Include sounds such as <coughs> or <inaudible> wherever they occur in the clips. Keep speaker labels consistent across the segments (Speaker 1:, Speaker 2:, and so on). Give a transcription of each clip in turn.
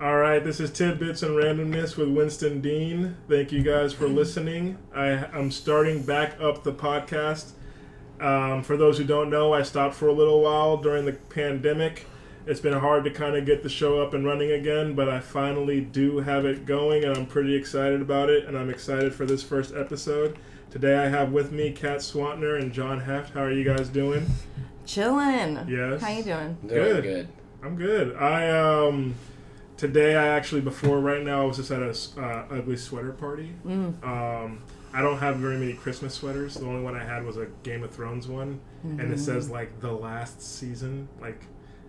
Speaker 1: right, this is Tidbits and Randomness with Winston Dean. Thank you guys for listening. I, I'm starting back up the podcast. Um, for those who don't know, I stopped for a little while during the pandemic. It's been hard to kind of get the show up and running again, but I finally do have it going, and I'm pretty excited about it. And I'm excited for this first episode. Today, I have with me Kat Swantner and John Heft. How are you guys doing?
Speaker 2: Chillin'.
Speaker 1: Yes.
Speaker 2: How you doing?
Speaker 1: Good.
Speaker 3: Doing good.
Speaker 1: I'm good. I um today I actually before right now I was just at a s- uh, ugly sweater party.
Speaker 2: Mm.
Speaker 1: Um, I don't have very many Christmas sweaters. The only one I had was a Game of Thrones one, and it
Speaker 2: Mm-hmm.
Speaker 1: says like the last season, like,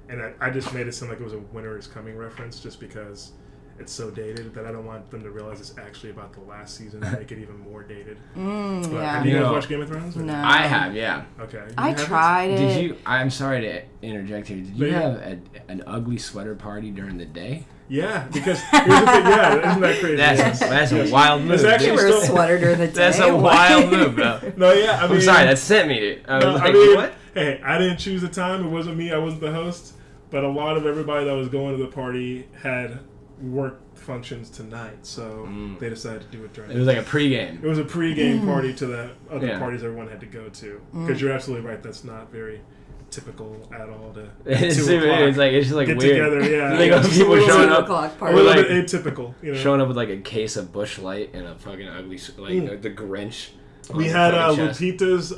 Speaker 1: and I, I just made it sound like it was a Winter is Coming reference, just because it's so dated that I don't want them to realize it's actually about the last season and make it even more dated.
Speaker 2: <laughs> Mm,
Speaker 1: But-
Speaker 2: yeah.
Speaker 1: Have you guys
Speaker 3: No.
Speaker 1: watched Game of Thrones?
Speaker 2: No.
Speaker 3: I have, yeah.
Speaker 1: Okay. You
Speaker 2: I
Speaker 1: haven't?
Speaker 2: tried it.
Speaker 3: Um, Did you? I'm sorry to interject here. Did you
Speaker 1: But yeah.
Speaker 3: have a, an ugly sweater party during the day?
Speaker 1: Yeah,
Speaker 2: <laughs>
Speaker 1: because here's the thing. Yeah, isn't that crazy?
Speaker 3: That's that's a wild move.
Speaker 1: It's
Speaker 2: You
Speaker 1: actually-
Speaker 3: dude.
Speaker 2: wear a
Speaker 1: still-
Speaker 2: sweater during the day.
Speaker 3: <laughs> that's a
Speaker 2: What?
Speaker 3: wild move,
Speaker 1: <laughs>
Speaker 2: <laughs>
Speaker 3: bro.
Speaker 1: no, yeah. I mean,
Speaker 3: I'm sorry, that sent me to. I was
Speaker 1: No,
Speaker 3: like,
Speaker 1: I mean,
Speaker 3: what?
Speaker 1: hey, I didn't choose the time. It wasn't me. I wasn't the host. But a lot of everybody that was going to the party had work functions tonight, so they decided to do it during.
Speaker 3: Mm. It was like a pregame.
Speaker 1: it was a pregame party to the other
Speaker 3: Yeah.
Speaker 1: parties everyone had to go to. Because you're absolutely right. That's not very typical at all. To
Speaker 3: <laughs> <laughs> it's,
Speaker 1: two
Speaker 3: super-
Speaker 1: o'clock,
Speaker 3: it's like it's just like
Speaker 1: get
Speaker 3: weird.
Speaker 1: together. Yeah,
Speaker 3: <laughs> Like,
Speaker 1: It's
Speaker 3: people
Speaker 1: a little,
Speaker 3: showing up.
Speaker 2: O'clock
Speaker 1: A
Speaker 2: party.
Speaker 1: little
Speaker 3: We're like-
Speaker 1: bit atypical, you know.
Speaker 3: Showing up with like a case of Bush Light and a fucking ugly, s- like
Speaker 1: Mm.
Speaker 3: the, the Grinch. on
Speaker 1: We
Speaker 3: the
Speaker 1: had uh,
Speaker 3: fucking chest.
Speaker 1: Lupita's. Uh,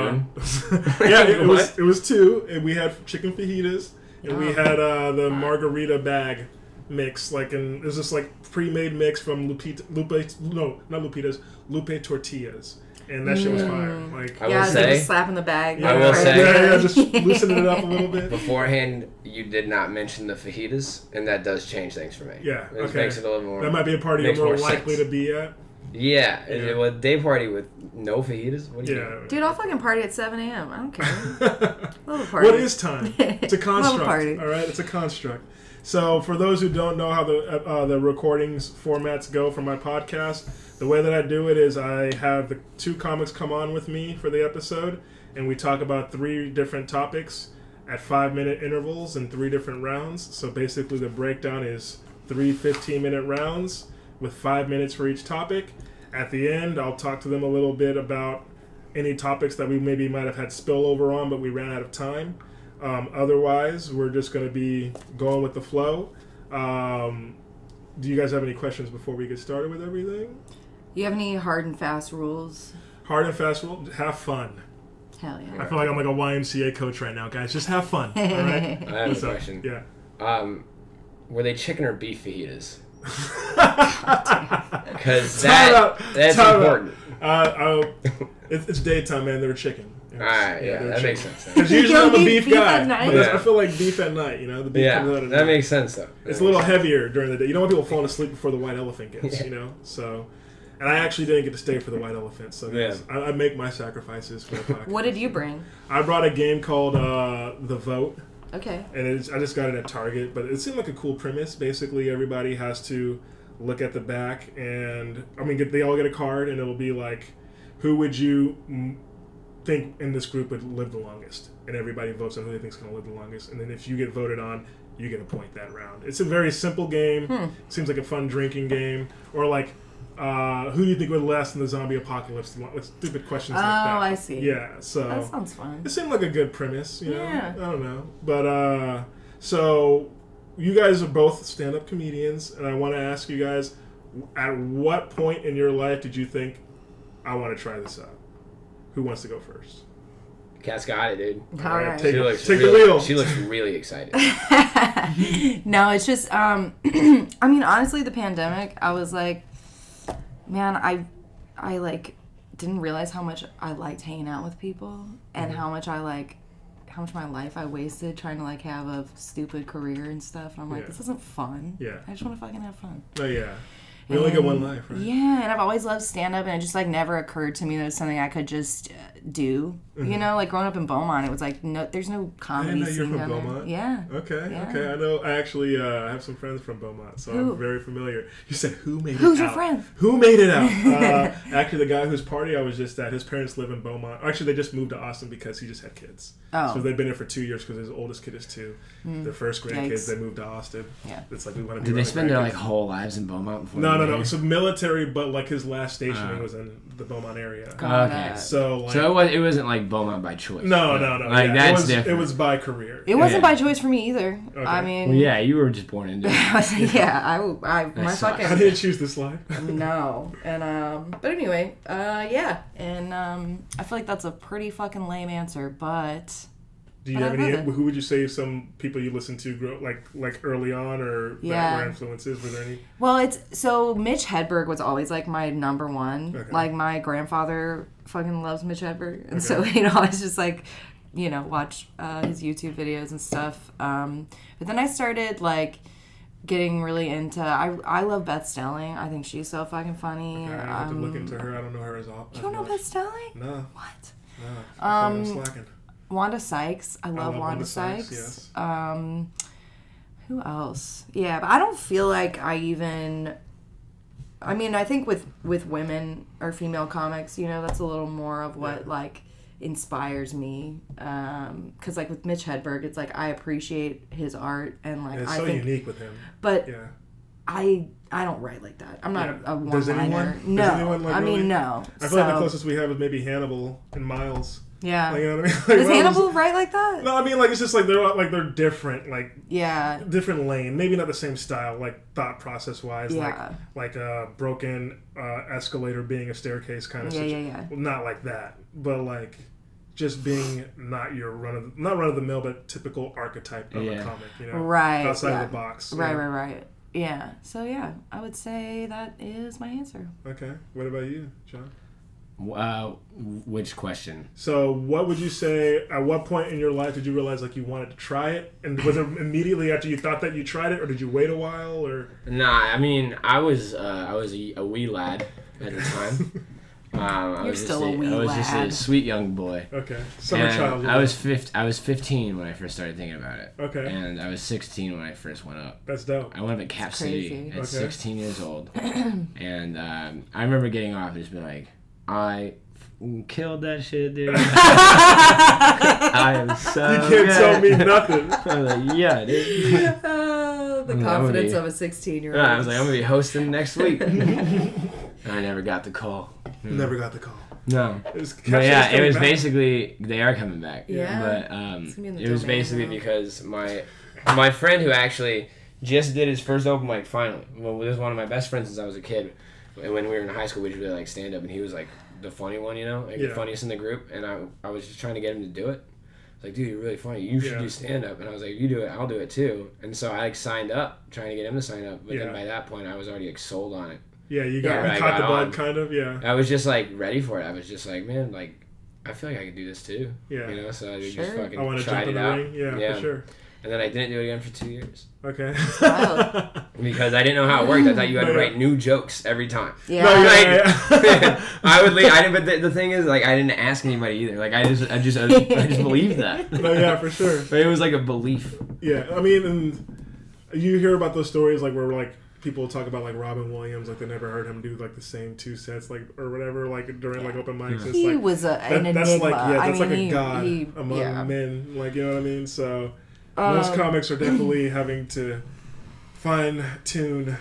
Speaker 3: It's like
Speaker 1: like noon.
Speaker 3: noon.
Speaker 1: <laughs> yeah, it
Speaker 3: <laughs>
Speaker 1: was
Speaker 3: What?
Speaker 1: it was two, and we had chicken fajitas, and we
Speaker 2: Oh.
Speaker 1: had uh, the margarita bag mix, like and it was just like pre-made mix from Lupita, Lupe, no, not Lupita's, Lupe tortillas, and that shit was fire. Like,
Speaker 3: I
Speaker 2: Mm. yeah,
Speaker 3: will
Speaker 2: it's like a
Speaker 3: say-
Speaker 2: slap in the bag.
Speaker 1: yeah,
Speaker 3: I will say-
Speaker 1: yeah, yeah,
Speaker 2: <laughs>
Speaker 1: just loosen it up a
Speaker 3: <laughs>
Speaker 1: little bit.
Speaker 3: Beforehand, you did not mention the fajitas, and that does change things for me.
Speaker 1: Yeah,
Speaker 3: it
Speaker 1: okay.
Speaker 3: makes it a little more.
Speaker 1: That might be a party you're
Speaker 3: makes
Speaker 1: more
Speaker 3: more
Speaker 1: likely
Speaker 3: sense.
Speaker 1: to be at.
Speaker 3: Yeah,
Speaker 1: Yeah.
Speaker 3: It, well, day party with no fajitas. What do you?
Speaker 1: Yeah.
Speaker 2: Dude, I'll fucking party at 7 a.m. I
Speaker 1: <laughs>
Speaker 2: don't care. Little party.
Speaker 1: What is
Speaker 2: <laughs>
Speaker 1: time? It's a construct.
Speaker 2: Love party.
Speaker 1: All right, it's a construct. So, for those who don't know how the uh, the recordings formats go for my podcast, the way that I do it is I have the two comics come on with me for the episode, and we talk about three different topics at five minute intervals in three different rounds. So basically, the breakdown is three 15 minute rounds with five minutes for each topic. At the end, I'll talk to them a little bit about any topics that we maybe might have had spillover on, but we ran out of time. Um, otherwise, we're just going to be going with the flow. Um, do you guys have any questions before we get started with everything?
Speaker 2: You have any hard and fast rules?
Speaker 1: Hard and fast rule: have fun.
Speaker 2: Hell yeah.
Speaker 1: I feel like I'm like a YMCA coach right now, guys. Just have fun. All right.
Speaker 3: <laughs> I have a
Speaker 1: So,
Speaker 3: question. <laughs>
Speaker 1: Yeah.
Speaker 3: Um, were they chicken or beef fajitas?
Speaker 1: <laughs>
Speaker 3: Because that
Speaker 1: Time out.
Speaker 3: that's
Speaker 1: Time out.
Speaker 3: important.
Speaker 1: Uh, oh, it's, it's daytime, man. They're chicken. All
Speaker 3: Alright, yeah, that makes sense.
Speaker 1: Because usually
Speaker 2: You
Speaker 1: I'm a
Speaker 2: don't eat
Speaker 1: beef,
Speaker 2: beef
Speaker 1: guy,
Speaker 2: at night?
Speaker 1: but that's- I
Speaker 3: Yeah.
Speaker 1: feel like beef at night. You know, the beef
Speaker 3: Yeah,
Speaker 1: comes out at
Speaker 3: that
Speaker 1: night.
Speaker 3: makes sense though.
Speaker 1: It's a little heavier during the day. You don't want people falling asleep before the white elephant gets, you know? So, and I actually didn't get to stay for the white elephant, so guys, I, I make my sacrifices for the podcast.
Speaker 2: <laughs> What did you bring?
Speaker 1: I brought a game called uh, The Vote,
Speaker 2: Okay.
Speaker 1: and it's, I just got it at Target, but it seemed like a cool premise. Basically, everybody has to look at the back, and I mean, get, they all get a card, and it'll be like, who would you mm, think in this group would live the longest? And everybody votes on who they think's going to live the longest. And then if you get voted on, you get a point that round. It's a very simple game.
Speaker 2: Hmm.
Speaker 1: Seems like a fun drinking game, or like. Uh, who do you think would last in the zombie apocalypse? the longest? Stupid questions like
Speaker 2: Oh,
Speaker 1: that.
Speaker 2: I see.
Speaker 1: Yeah, so
Speaker 2: That sounds fun.
Speaker 1: it seemed like a good premise, you know.
Speaker 2: Yeah.
Speaker 1: I don't know. But uh so you guys are both stand-up comedians and I want to ask you guys at what point in your life did you think I want to try this out? Who wants to go first?
Speaker 3: Cat's got it, dude.
Speaker 2: All right.
Speaker 1: take,
Speaker 3: She looks
Speaker 1: take the
Speaker 3: really-
Speaker 1: wheel.
Speaker 3: She looks really excited.
Speaker 2: <laughs> no, it's just um <clears throat> I mean honestly the pandemic, I was like man, I I like didn't realize how much I liked hanging out with people and how much I like how much of my life I wasted trying to like have a stupid career and stuff and I'm like
Speaker 1: Yeah.
Speaker 2: this isn't fun.
Speaker 1: Yeah.
Speaker 2: I just want to fucking have fun.
Speaker 1: oh yeah. We only get one life, right?
Speaker 2: Um, Yeah, and I've always loved stand up, and it just like never occurred to me that it's something I could just uh, do. You know, like growing up in Beaumont, it was like no, there's no
Speaker 1: Mm-hmm.
Speaker 2: comedy.
Speaker 1: know you were
Speaker 2: scene
Speaker 1: from
Speaker 2: down there.
Speaker 1: Beaumont.
Speaker 2: Yeah.
Speaker 1: Okay,
Speaker 2: Yeah.
Speaker 1: okay. I know. I actually uh, have some friends from Beaumont, so
Speaker 2: Who?
Speaker 1: I'm very familiar. You said who made
Speaker 2: Who's
Speaker 1: it
Speaker 2: your
Speaker 1: out?
Speaker 2: friend?
Speaker 1: Who made it
Speaker 2: <laughs>
Speaker 1: out? Uh, actually, the guy whose party I was just at, his parents live in Beaumont. Actually, they just moved to Austin because he just had kids.
Speaker 2: Oh. Hmm.
Speaker 1: So they've been here for two years because his oldest kid is two. Their first grandkids,
Speaker 2: Yikes.
Speaker 1: they moved to Austin.
Speaker 2: Yeah.
Speaker 1: It's like we want to.
Speaker 4: <laughs> Did
Speaker 1: do
Speaker 4: they
Speaker 1: our
Speaker 4: spend their like
Speaker 1: grandkids.
Speaker 4: whole lives in Beaumont? Before
Speaker 1: No,
Speaker 4: they
Speaker 1: no,
Speaker 4: were
Speaker 1: no.
Speaker 4: here?
Speaker 1: So military, but like his last stationing
Speaker 4: Ah.
Speaker 1: was in the Beaumont area.
Speaker 2: God,
Speaker 4: Okay.
Speaker 2: uh,
Speaker 1: So like.
Speaker 4: So it was. It wasn't like Beaumont by choice.
Speaker 1: no, no, no.
Speaker 4: Like
Speaker 1: yeah. it
Speaker 4: that's
Speaker 1: was,
Speaker 4: different.
Speaker 1: It was by career.
Speaker 2: It wasn't
Speaker 4: Yeah.
Speaker 2: by choice for me either. I
Speaker 1: Okay.
Speaker 2: mean,
Speaker 4: Well, yeah, you were just born into it.
Speaker 2: <laughs> I was like, yeah, I, w- I- my
Speaker 1: <laughs>
Speaker 4: sucks.
Speaker 1: I
Speaker 4: <laughs>
Speaker 2: fucking
Speaker 1: didn't choose this life.
Speaker 2: no. And um, but anyway, uh, yeah, and um, I feel like that's a pretty fucking lame answer, but
Speaker 1: Do you
Speaker 2: But I
Speaker 1: have any?
Speaker 2: love it.
Speaker 1: Who would you say some people you listened to grow like like early on or that
Speaker 2: Yeah.
Speaker 1: were influences? Were there any?
Speaker 2: Well, it's so Mitch Hedberg was always like my number one.
Speaker 1: Okay.
Speaker 2: Like my grandfather fucking loves Mitch Hedberg, and so <laughs> you know I was just like, you know, watch uh, his YouTube videos and stuff. Um, but then I started like getting really into. I I love Beth Stelling. I think she's so fucking funny.
Speaker 1: I have to look
Speaker 2: Um,
Speaker 1: into her. I don't know her as often.
Speaker 2: you don't know Beth Stelling?
Speaker 1: No,
Speaker 2: What?
Speaker 1: no. Um, I'm slacking.
Speaker 2: Wanda Sykes. I love,
Speaker 1: love
Speaker 2: Wanda,
Speaker 1: Wanda Sykes,
Speaker 2: Sykes.
Speaker 1: yes.
Speaker 2: Um, who else? Yeah, but I don't feel like I even. I mean, I think with with women or female comics, you know, that's a little more of what like inspires me. Um, cause like with Mitch Hedberg, it's like I appreciate his art and like
Speaker 1: It's
Speaker 2: I
Speaker 1: so
Speaker 2: think,
Speaker 1: unique with him.
Speaker 2: but
Speaker 1: Yeah.
Speaker 2: I I don't write like that. I'm not
Speaker 1: Yeah.
Speaker 2: a, a one
Speaker 1: Does anyone-
Speaker 2: liner.
Speaker 1: does
Speaker 2: No,
Speaker 1: anyone, like,
Speaker 2: I mean
Speaker 1: really-
Speaker 2: no.
Speaker 1: I feel
Speaker 2: so,
Speaker 1: like the closest we have is maybe Hannibal and Miles.
Speaker 2: yeah.
Speaker 1: Like, you know what I mean? <laughs> Like,
Speaker 2: Does
Speaker 1: Miles-
Speaker 2: Hannibal write like that?
Speaker 1: No, I mean like it's just like they're all- like they're different, like
Speaker 2: Yeah.
Speaker 1: different lane. Maybe not the same style, like thought process wise,
Speaker 2: Yeah.
Speaker 1: like like a broken uh, escalator being a staircase kind of
Speaker 2: Yeah,
Speaker 1: situ-
Speaker 2: yeah, yeah.
Speaker 1: Well, not like that, but like just being not your run of not run of the mill, but typical archetype of
Speaker 4: Yeah.
Speaker 1: a comic, you know,
Speaker 2: Right,
Speaker 1: outside
Speaker 2: yeah.
Speaker 1: of the box. you
Speaker 2: Right,
Speaker 1: know?
Speaker 2: right, right. Yeah. So yeah, I would say that is my answer.
Speaker 1: Okay. What about you, John?
Speaker 4: Uh, which question?
Speaker 1: So, what would you say? At what point in your life did you realize like you wanted to try it, and was it immediately after you thought that you tried it, or did you wait a while, or
Speaker 4: Nah, I mean, I was uh, I was a, a wee lad at the <laughs> time. Um, I
Speaker 2: You're
Speaker 4: was
Speaker 2: still
Speaker 4: just
Speaker 2: a wee
Speaker 4: I was just a
Speaker 2: lad.
Speaker 4: sweet young boy.
Speaker 1: okay, summer
Speaker 4: And
Speaker 1: child?
Speaker 4: I was fifth. I was 15 when I first started thinking about it,
Speaker 1: okay.
Speaker 4: and I was 16 when I first went up.
Speaker 1: That's dope.
Speaker 4: I went up at Cap City
Speaker 2: crazy.
Speaker 4: at
Speaker 1: Okay.
Speaker 4: 16
Speaker 2: <clears throat>
Speaker 4: years old, and um, I remember getting off and just being like, I f- killed that shit,
Speaker 1: <laughs>
Speaker 4: dude. <laughs> I am so.
Speaker 1: You can't
Speaker 4: good.
Speaker 1: tell
Speaker 4: <laughs>
Speaker 1: me nothing.
Speaker 4: I was like, yeah, dude. <laughs>
Speaker 2: Oh, <laughs> the
Speaker 4: Mm, that would
Speaker 2: confidence
Speaker 4: be-
Speaker 2: of a 16 year old.
Speaker 4: I was like, I'm gonna be hosting next week. and I never got the call.
Speaker 1: Never got the call.
Speaker 4: No.
Speaker 1: It was,
Speaker 4: Hmm. But yeah, it was
Speaker 1: back.
Speaker 4: basically they are coming back.
Speaker 2: Yeah.
Speaker 4: But um,
Speaker 2: It's gonna be in the
Speaker 4: it was
Speaker 2: domain
Speaker 4: basically
Speaker 2: now.
Speaker 4: because my my friend who actually just did his first open mic finally. Well, this is one of my best friends since I was a kid. And when we were in high school, we just really like stand up, and he was like the funny one, you know, like
Speaker 1: Yeah.
Speaker 4: the funniest in the group. And I I was just trying to get him to do it. I was like, dude, you're really funny. You should
Speaker 1: Yeah.
Speaker 4: do stand up. And I was like, you do it, I'll do it too. And so I like signed up, trying to get him to sign up. But
Speaker 1: Yeah.
Speaker 4: then by that point, I was already like sold on it.
Speaker 1: Yeah, you got
Speaker 4: Yeah,
Speaker 1: you
Speaker 4: I
Speaker 1: caught
Speaker 4: got
Speaker 1: the bug,
Speaker 4: on.
Speaker 1: kind of. Yeah,
Speaker 4: I was just like ready for it. I was just like, man, like I feel like I could do this too.
Speaker 1: Yeah.
Speaker 4: You know, so I just
Speaker 2: Sure.
Speaker 4: fucking
Speaker 1: I want to
Speaker 4: tried
Speaker 1: jump in
Speaker 4: it
Speaker 1: the
Speaker 4: out.
Speaker 1: ring. Yeah, for sure.
Speaker 4: And then I didn't do it again for two years
Speaker 1: Okay. <laughs>
Speaker 2: wild.
Speaker 4: because I didn't know how it worked. I thought you had to
Speaker 1: Yeah.
Speaker 4: write new jokes every
Speaker 1: <laughs>
Speaker 4: time.
Speaker 2: yeah.
Speaker 1: No,
Speaker 4: Like,
Speaker 1: yeah,
Speaker 2: <laughs>
Speaker 1: yeah.
Speaker 4: I would leave. <laughs> I didn't. But the, the thing is, like, I didn't ask anybody either. Like, I just, I just, I, I just believed that.
Speaker 1: <laughs> no, yeah, for sure.
Speaker 4: But it was like a belief.
Speaker 1: <laughs> Yeah, I mean, and you hear about those stories like where like people talk about like Robin Williams, like they never heard him do like the same two sets, like or whatever, like during like open mics. It's
Speaker 2: he
Speaker 1: like
Speaker 2: was a, an
Speaker 1: that-
Speaker 2: enigma.
Speaker 1: that's like yeah,
Speaker 2: I
Speaker 1: that's
Speaker 2: mean,
Speaker 1: like a
Speaker 2: he,
Speaker 1: god
Speaker 2: he,
Speaker 1: among
Speaker 2: yeah.
Speaker 1: men, like you know what I mean. So most
Speaker 2: Um,
Speaker 1: comics are
Speaker 2: <clears throat>
Speaker 1: definitely having to fine tune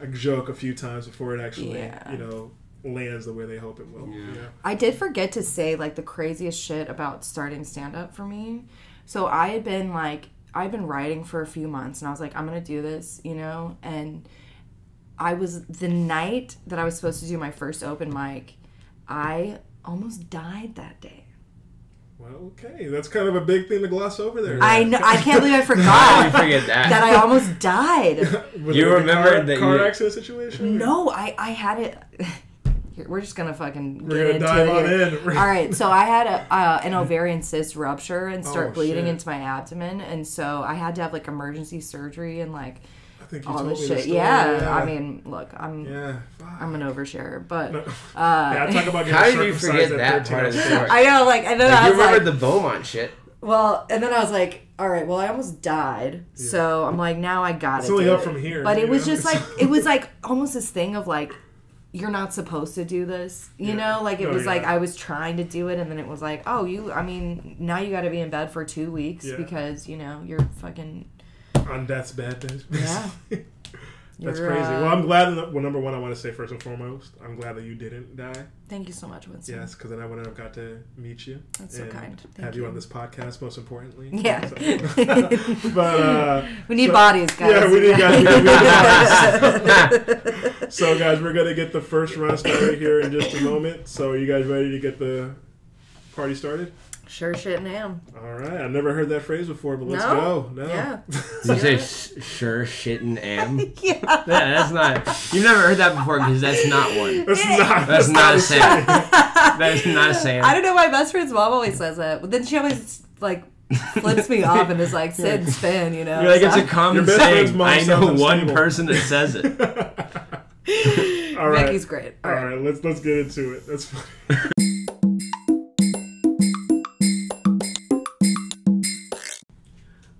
Speaker 1: a joke a few times before it actually
Speaker 2: Yeah.
Speaker 1: you know lands the way they hope it will. Yeah.
Speaker 2: I did forget to say like the craziest shit about starting stand up for me. So I had been like I've been writing for a few months and I was like I'm going to do this, you know, and I was the night that I was supposed to do my first open mic, I almost died that day.
Speaker 1: Well, okay, that's kind of a big thing to gloss over there.
Speaker 2: I know, I
Speaker 1: <laughs>
Speaker 2: can't believe I
Speaker 4: How
Speaker 2: forgot
Speaker 4: do you forget
Speaker 2: <laughs>
Speaker 4: that?
Speaker 2: that I almost died.
Speaker 1: Was
Speaker 4: You
Speaker 1: it like a
Speaker 4: remembered
Speaker 1: car,
Speaker 4: that
Speaker 1: car
Speaker 4: you-
Speaker 1: accident situation?
Speaker 2: No, I I had it. <laughs> Here, We're just gonna fucking
Speaker 1: We're gonna
Speaker 2: get
Speaker 1: dive
Speaker 2: into
Speaker 1: on
Speaker 2: it. here.
Speaker 1: in. We're-
Speaker 2: All right, so I had a, uh, an ovarian cyst rupture and start
Speaker 1: Oh,
Speaker 2: bleeding
Speaker 1: shit.
Speaker 2: into my abdomen, and so I had to have like emergency surgery and like
Speaker 1: think you
Speaker 2: all
Speaker 1: told
Speaker 2: this
Speaker 1: me
Speaker 2: shit.
Speaker 1: this story.
Speaker 2: yeah. I mean, look, I'm
Speaker 1: yeah. Fuck.
Speaker 2: I'm an oversharer, but
Speaker 1: No.
Speaker 2: uh,
Speaker 1: yeah, talk about getting
Speaker 4: How did you
Speaker 1: circumcised
Speaker 4: forget
Speaker 1: at
Speaker 4: that
Speaker 1: 13.
Speaker 4: part of the story?
Speaker 2: <laughs> I know, like, and then
Speaker 4: Like,
Speaker 2: I
Speaker 4: you
Speaker 2: was
Speaker 4: remembered
Speaker 2: like,
Speaker 4: the
Speaker 2: <laughs>
Speaker 4: Beaumont shit.
Speaker 2: well, and then I was like, all right, well, I almost died, so I'm like, now I got
Speaker 1: It's
Speaker 2: it.
Speaker 1: only up from here,
Speaker 2: But
Speaker 1: you
Speaker 2: it was
Speaker 1: know?
Speaker 2: just like it was like almost this thing of like, you're not supposed to do this, you
Speaker 1: Yeah.
Speaker 2: know? Like it
Speaker 1: No,
Speaker 2: was
Speaker 1: yeah.
Speaker 2: like I was trying to do it, and then it was like, oh, you, I mean, now you got to be in bed for two weeks
Speaker 1: Yeah.
Speaker 2: because you know you're fucking
Speaker 1: on death's bed. bitch. <laughs>
Speaker 2: Yeah.
Speaker 1: That's
Speaker 2: You're,
Speaker 1: crazy.
Speaker 2: uh,
Speaker 1: well, I'm glad that, well, number one, I want to say first and foremost, I'm glad that you didn't die.
Speaker 2: Thank you so much, Winston.
Speaker 1: Yes, because then I wouldn't have got to meet you.
Speaker 2: That's so
Speaker 1: and
Speaker 2: kind. Thank
Speaker 1: have you.
Speaker 2: you.
Speaker 1: on this podcast, most importantly.
Speaker 2: Yeah.
Speaker 1: So- <laughs> but, uh,
Speaker 2: We need
Speaker 1: so-
Speaker 2: bodies, guys.
Speaker 1: Yeah, we need guys. We need
Speaker 2: <laughs> guys.
Speaker 1: So, guys, we're going to get the first round started here in just a moment. So, are you guys ready to get the party started?
Speaker 2: sure, shit, ma'am.
Speaker 1: All right. I've never heard that phrase before, but let's
Speaker 2: No?
Speaker 1: go. No. <laughs>
Speaker 2: Yeah.
Speaker 4: Did you say
Speaker 2: Yeah.
Speaker 4: sh- sure shit and am? yeah,
Speaker 2: Yeah.
Speaker 4: that's not. You've never heard that before because that's not one.
Speaker 1: That's not,
Speaker 4: That's not a saying.
Speaker 2: that
Speaker 4: is not a saying.
Speaker 2: I don't know. My best friend's mom always says that, but then she always like flips me off and is like, "Sit and
Speaker 4: <laughs>
Speaker 2: spin," you know.
Speaker 4: You're like, it's a
Speaker 2: so-
Speaker 4: common
Speaker 1: Your best friend's
Speaker 4: saying.
Speaker 1: mom
Speaker 4: I
Speaker 1: sounds
Speaker 4: know one
Speaker 1: unstable.
Speaker 4: person that says it.
Speaker 1: <laughs> All right.
Speaker 2: Becky's great. All
Speaker 1: All
Speaker 2: right.
Speaker 1: right, let's let's get into it. That's funny.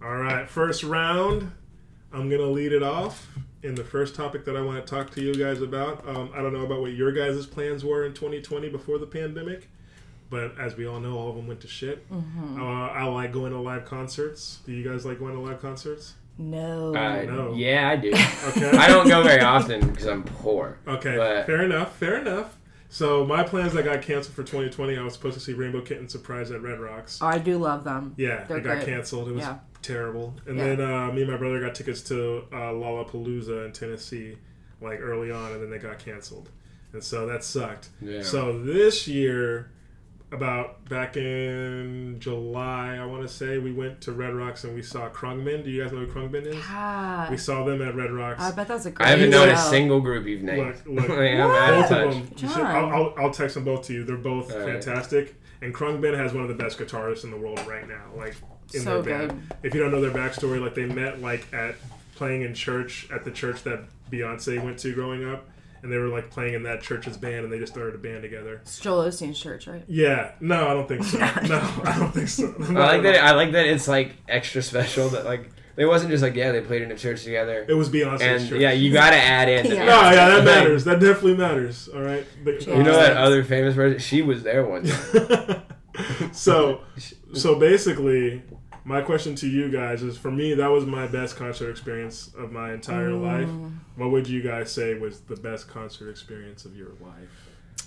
Speaker 1: All right, first round. I'm gonna lead it off. And the first topic that I want to talk to you guys about, um, I don't know about what your guys' plans were in 2020 before the pandemic, but as we all know, all of them went to shit. Uh, I like going to live concerts. Do you guys like going to live concerts?
Speaker 2: No.
Speaker 4: Uh,
Speaker 1: No.
Speaker 4: Yeah, I <laughs> do.
Speaker 1: Okay.
Speaker 4: I don't go very often because I'm poor.
Speaker 1: Okay,
Speaker 4: But-
Speaker 1: fair enough, fair enough. So my plans that got canceled for 2020, I was supposed to see Rainbow Kitten Surprise at Red Rocks.
Speaker 2: Oh, I do love them.
Speaker 1: Yeah,
Speaker 2: They're
Speaker 1: it got
Speaker 2: great.
Speaker 1: canceled. It was
Speaker 2: Yeah.
Speaker 1: terrible. And
Speaker 2: Yeah.
Speaker 1: then uh, me and my brother got tickets to uh, Lollapalooza in Tennessee, like early on, and then they got canceled. And so that sucked.
Speaker 4: Yeah.
Speaker 1: So this year, about back in July, I want to say, we went to Red Rocks and we saw Krungman. Do you guys know who Krungman is?
Speaker 2: Ah,
Speaker 1: We saw them at Red Rocks.
Speaker 2: I bet that was a great.
Speaker 4: I haven't known a
Speaker 2: show.
Speaker 4: single group you've named.
Speaker 1: Look, look.
Speaker 4: <laughs> Like, I'm out of
Speaker 1: Both
Speaker 4: touch.
Speaker 1: of them. You should-
Speaker 2: John.
Speaker 1: I'll, I'll, I'll text them both to you. They're both
Speaker 4: All right.
Speaker 1: fantastic. And Krungbin has one of the best guitarists in the world right now. Like in
Speaker 2: So
Speaker 1: their band. If you don't know their backstory, like they met like at playing in church at the church that Beyonce went to growing up, and they were like playing in that church's band, and they just started a band together.
Speaker 2: It's Joel Osteen's church, right?
Speaker 1: Yeah. No, I don't think
Speaker 2: <laughs>
Speaker 1: so. no, I don't think so.
Speaker 4: I like that. I like that it's like extra special that like they wasn't just like yeah they played in a church together
Speaker 1: It was Beyonce's
Speaker 4: and
Speaker 1: church.
Speaker 4: yeah you gotta add in.
Speaker 2: Yeah.
Speaker 4: that-
Speaker 1: No, yeah, that
Speaker 4: Like,
Speaker 1: matters. That definitely matters. All right. The-
Speaker 4: You know that
Speaker 1: uh,
Speaker 4: other famous person? She was there one time.
Speaker 1: <laughs> so so basically my question to you guys is for me that was my best concert experience of my entire life what would you guys say was the best concert experience of your life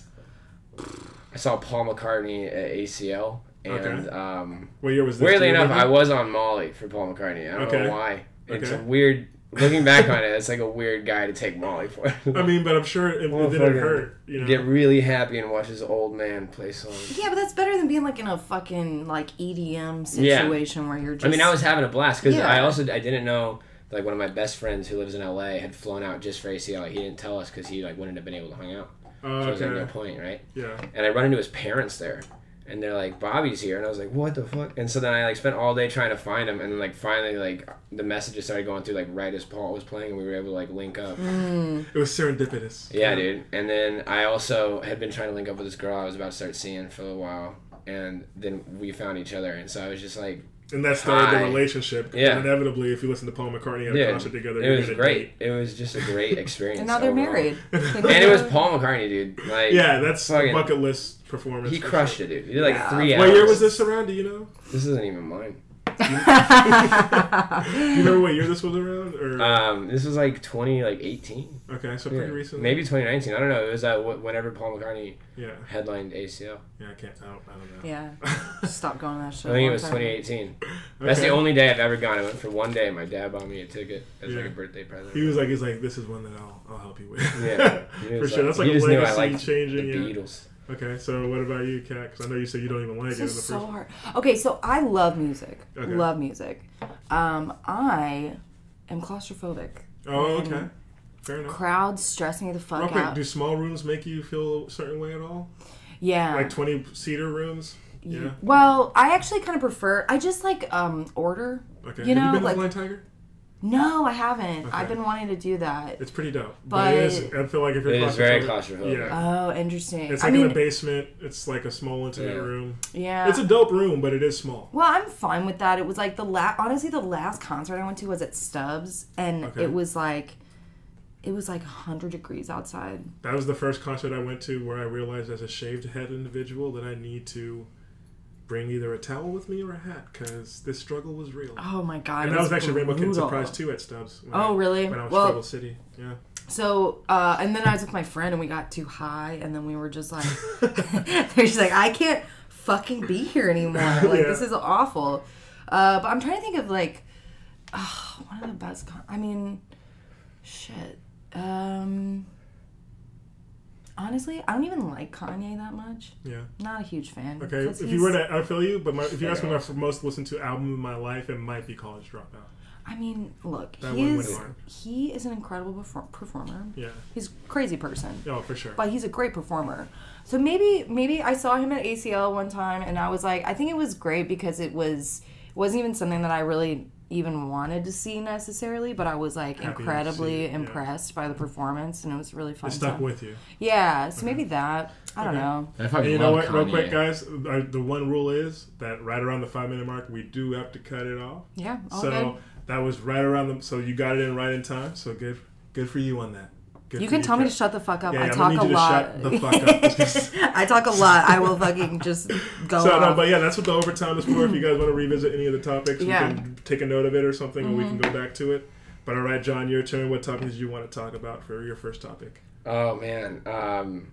Speaker 4: I saw Paul McCartney at ACL and
Speaker 1: Okay.
Speaker 4: um,
Speaker 1: what year was this
Speaker 4: weirdly
Speaker 1: Do you
Speaker 4: enough I
Speaker 1: remember?
Speaker 4: was on Molly for Paul McCartney. I don't
Speaker 1: Okay.
Speaker 4: know why. It's
Speaker 1: Okay.
Speaker 4: a weird. Looking back on it, it's like a weird guy to take Molly for.
Speaker 1: <laughs> I mean but i'm sure it,
Speaker 4: Well,
Speaker 1: it didn't
Speaker 4: fucking-
Speaker 1: hurt you know
Speaker 4: Get really happy and watch this old man play songs.
Speaker 2: Yeah, but that's better than being like in a fucking like EDM
Speaker 4: Yeah.
Speaker 2: situation where you're just.
Speaker 4: I mean, I was having a blast because
Speaker 2: Yeah.
Speaker 4: I also I didn't know like one of my best friends who lives in LA had flown out just for ACL. He didn't tell us because he like wouldn't have been able to hang out.
Speaker 1: Oh,
Speaker 4: So it was like no
Speaker 1: okay
Speaker 4: point, right?
Speaker 1: yeah
Speaker 4: And I run into his parents there, and they're like, "Bobby's here," and I was like, "What the fuck?" And so then I like spent all day trying to find him, and then like finally like the messages started going through like right as Paul was playing, and we were able to like link up.
Speaker 2: mm,
Speaker 1: it was serendipitous
Speaker 4: Yeah, dude. And then I also had been trying to link up with this girl I was about to start seeing for a while, and then we found each other, and so I was just like.
Speaker 1: and that started the
Speaker 4: Hi.
Speaker 1: relationship
Speaker 4: Yeah.
Speaker 1: and inevitably if you listen to paul mccartney at a
Speaker 4: Yeah,
Speaker 1: concert together
Speaker 4: it
Speaker 1: you're
Speaker 4: was
Speaker 1: gonna
Speaker 4: great. It was just
Speaker 1: <laughs>
Speaker 4: a great experience.
Speaker 2: and now they're
Speaker 4: overall.
Speaker 2: married. and
Speaker 4: And
Speaker 2: <laughs>
Speaker 4: it was Paul McCartney, dude. Like,
Speaker 1: date. yeah that's a
Speaker 4: Fucking-
Speaker 1: bucket list performance
Speaker 4: he
Speaker 1: for
Speaker 4: crushed it, dude. He did like
Speaker 2: Yeah.
Speaker 4: three
Speaker 1: sure.
Speaker 4: hours.
Speaker 1: what year was this around do you know
Speaker 4: This isn't even mine.
Speaker 1: do you remember what year this was around or
Speaker 4: Um, this was like twenty, like eighteen,
Speaker 1: okay so
Speaker 4: Yeah.
Speaker 1: Mm. pretty recently
Speaker 4: maybe twenty nineteen. I don't know. It was uh, wh- whenever Paul McCartney
Speaker 1: yeah
Speaker 4: headlined ACL.
Speaker 1: Yeah, I can't. I don't, I <laughs> don't know.
Speaker 2: yeah,
Speaker 1: Yeah.
Speaker 2: stop going that
Speaker 4: I
Speaker 2: shit.
Speaker 4: think it
Speaker 2: Long
Speaker 4: was
Speaker 2: time.
Speaker 4: twenty eighteen. That's the only day I've ever gone. I went for one day. My dad bought me a ticket as like
Speaker 1: Yeah.
Speaker 4: a birthday
Speaker 1: He
Speaker 4: present.
Speaker 1: was like, he's like, this is one that I'll, I'll help you with. <laughs>
Speaker 4: Yeah, He
Speaker 1: for
Speaker 4: was
Speaker 1: sure. That's
Speaker 4: he
Speaker 1: like a
Speaker 4: just knew I
Speaker 1: legacy
Speaker 4: liked the
Speaker 1: changing. Yeah.
Speaker 4: Beatles.
Speaker 1: Okay, so what about you, Kat? Because I know you said you don't even like it.
Speaker 2: This
Speaker 1: in
Speaker 2: is
Speaker 1: the
Speaker 2: so
Speaker 1: first-
Speaker 2: hard. Okay, so I love music.
Speaker 1: Okay.
Speaker 2: Love music. Um, I am claustrophobic.
Speaker 1: Oh, okay. Fair enough.
Speaker 2: Crowds stress me the
Speaker 1: Real
Speaker 2: fuck
Speaker 1: quick,
Speaker 2: out.
Speaker 1: do small rooms make you feel a certain way at all?
Speaker 2: yeah.
Speaker 1: Like twenty seater rooms? Yeah.
Speaker 2: Well, I actually kind of prefer. I just like um order.
Speaker 1: Okay. Have
Speaker 2: You
Speaker 1: you
Speaker 2: know,
Speaker 1: been
Speaker 2: like-
Speaker 1: to Blind Tiger?
Speaker 2: No, I haven't. I've
Speaker 1: Okay.
Speaker 2: been wanting to do that.
Speaker 1: It's pretty dope. But, it is,
Speaker 2: But-
Speaker 1: I feel like if you're
Speaker 4: It is very
Speaker 1: claustrophobic-
Speaker 4: claustrophobic.
Speaker 1: Yeah.
Speaker 2: Oh, interesting.
Speaker 1: It's
Speaker 2: I
Speaker 1: like in
Speaker 2: mean,
Speaker 1: the basement. It's like a small intimate
Speaker 4: Yeah.
Speaker 1: room.
Speaker 2: yeah.
Speaker 1: It's a dope room, but it is small.
Speaker 2: Well, I'm fine with that. It was like the last, honestly, the last concert I went to was at Stubbs, and
Speaker 1: Okay.
Speaker 2: it was like, it was like 100 degrees outside.
Speaker 1: That was the first concert I went to where I realized as a shaved head individual that I need to bring either a towel with me or a hat because this struggle was real.
Speaker 2: Oh my god.
Speaker 1: and
Speaker 2: it
Speaker 1: that was actually Rainbow Kid
Speaker 2: brutal.
Speaker 1: Surprise too at Stubbs. when I-
Speaker 2: Oh really?
Speaker 1: When I was
Speaker 2: Well,
Speaker 1: Struggle City. Yeah.
Speaker 2: so uh, and then I was with my friend and we got too high and then we were
Speaker 1: <laughs>
Speaker 2: just like, <laughs> they're just like, I can't fucking be here
Speaker 1: <laughs>
Speaker 2: anymore. Like
Speaker 1: Yeah.
Speaker 2: this is awful. Uh, but I'm trying to think of like, uh, one of the best. Con- I mean, shit. Um, honestly, I don't even like Kanye that much.
Speaker 1: Yeah.
Speaker 2: Not a huge fan.
Speaker 1: Okay.
Speaker 2: 'cause
Speaker 1: If
Speaker 2: he's-
Speaker 1: you were to, I feel you, but my, if you ask me my f- most listened to album in my life, it might be College Dropout.
Speaker 2: I mean, look,
Speaker 1: That
Speaker 2: he
Speaker 1: one went
Speaker 2: is
Speaker 1: hard.
Speaker 2: he is an incredible perfor- performer.
Speaker 1: Yeah.
Speaker 2: He's a crazy person.
Speaker 1: Oh, for sure.
Speaker 2: but he's a great performer. So maybe maybe I saw him at ACL one time and I was like I think it was great because it was it wasn't even something that I really even wanted to see necessarily, but I was like
Speaker 1: Happy to see
Speaker 2: incredibly
Speaker 1: it, yeah.
Speaker 2: impressed by the performance and it was really fun.
Speaker 1: it stuck
Speaker 2: time.
Speaker 1: with you.
Speaker 2: yeah, so maybe that. I don't
Speaker 1: Okay.
Speaker 2: know.
Speaker 4: I
Speaker 1: And
Speaker 4: fucking
Speaker 1: you know
Speaker 4: love
Speaker 1: what, real
Speaker 4: Kanye.
Speaker 1: quick, guys, I, the one rule is that right around the five minute mark, we do have to cut it off.
Speaker 2: Yeah, all
Speaker 1: so
Speaker 2: good.
Speaker 1: that was right around the. So you got it in right in time. So good, good for you on that. Good
Speaker 2: You
Speaker 1: for
Speaker 2: can tell me to
Speaker 1: Kat.
Speaker 2: shut the fuck up.
Speaker 1: Yeah,
Speaker 2: I
Speaker 1: yeah, I'm
Speaker 2: talk
Speaker 1: gonna
Speaker 2: a
Speaker 1: need you to
Speaker 2: lot.
Speaker 1: shut the fuck <laughs>
Speaker 2: <laughs> I talk a lot. I will fucking just go.
Speaker 1: So no,
Speaker 2: off.
Speaker 1: but yeah, that's what the overtime is for. if you guys want to revisit any of the topics,
Speaker 2: Yeah. Mm-hmm.
Speaker 1: we can take a note of it or something, and we can go back to it. But all right, John, your turn. What topics do you want to talk about for your first topic?
Speaker 4: Oh man. Um,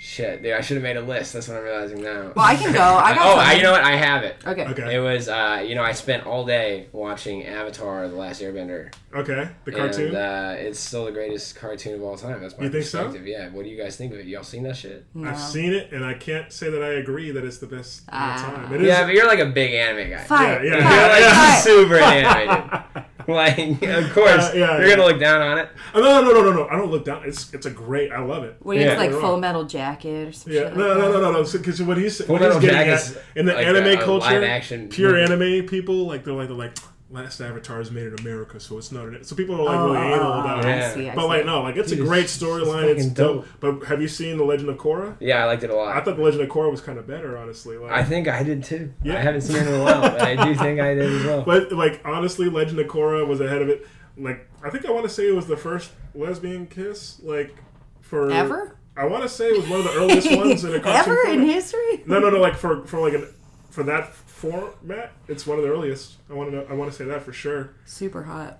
Speaker 4: shit, dude, I should have made a list. That's what I'm realizing now.
Speaker 2: Well, I can go. I got
Speaker 4: oh, I,
Speaker 2: something.
Speaker 4: you know what? I have it.
Speaker 2: Okay.
Speaker 1: Okay,
Speaker 4: It was, uh, you know, I spent all day watching Avatar: The Last Airbender,
Speaker 1: okay, the cartoon.
Speaker 4: and uh, it's still the greatest cartoon of all time. That's my
Speaker 1: You think so?
Speaker 4: perspective. Yeah. What do you guys think of it? Y'all seen that shit?
Speaker 2: No.
Speaker 1: I've seen it, and I can't say that I agree that it's the best of all
Speaker 2: Ah.
Speaker 1: time. It is.
Speaker 4: Yeah, but you're like a big anime guy.
Speaker 1: Yeah,
Speaker 2: Fight,
Speaker 1: yeah,
Speaker 4: <laughs> You're
Speaker 2: fight,
Speaker 4: like
Speaker 2: fight. <laughs>
Speaker 4: <laughs> super animated. Like, of course,
Speaker 1: Uh, yeah,
Speaker 4: you're
Speaker 1: yeah.
Speaker 4: gonna look down on it.
Speaker 1: Oh, no, no, no, no, no, no. I don't look down. It's it's a great. I love it.
Speaker 2: What do you
Speaker 4: Yeah.
Speaker 2: think, like
Speaker 1: You're
Speaker 2: Full
Speaker 1: wrong.
Speaker 2: Metal Jacket or some
Speaker 1: Yeah,
Speaker 2: shit?
Speaker 1: no,
Speaker 2: like
Speaker 1: no,
Speaker 2: that?
Speaker 1: no, no, no. Because what he's
Speaker 4: Full
Speaker 1: what he's
Speaker 4: Metal
Speaker 1: getting
Speaker 4: Jacket
Speaker 1: at
Speaker 4: is
Speaker 1: in the
Speaker 4: like
Speaker 1: anime
Speaker 4: a- a
Speaker 1: culture,
Speaker 4: live-action
Speaker 1: pure
Speaker 4: movie.
Speaker 1: anime people like they're like they're like last Avatar is made in America, so it's not an. So people are like
Speaker 2: Oh,
Speaker 1: really
Speaker 2: oh,
Speaker 1: anal
Speaker 2: oh,
Speaker 1: about
Speaker 2: oh,
Speaker 1: it.
Speaker 2: I see, I
Speaker 1: But
Speaker 2: see.
Speaker 1: like no, like it's
Speaker 4: Dude,
Speaker 1: a great
Speaker 4: it's- it's
Speaker 1: storyline. It's,
Speaker 4: fucking
Speaker 1: dope. But have you seen the Legend of Korra?
Speaker 4: Yeah, I liked it a lot.
Speaker 1: I thought the Legend of Korra was kind of better, honestly. Like,
Speaker 4: I think I did too.
Speaker 1: Yeah.
Speaker 4: I haven't seen it in a while, but I do think I did as well.
Speaker 1: But like honestly, Legend of Korra was ahead of it. Like I think I want to say it was the first lesbian kiss like for
Speaker 2: Ever?
Speaker 1: I want to say it was one of the
Speaker 2: <laughs>
Speaker 1: earliest ones in a cartoon
Speaker 2: Ever in
Speaker 1: format.
Speaker 2: history?
Speaker 1: No, no, no. Like for for like an for that format, it's one of the earliest. I want to I want to say that for sure.
Speaker 2: Super hot.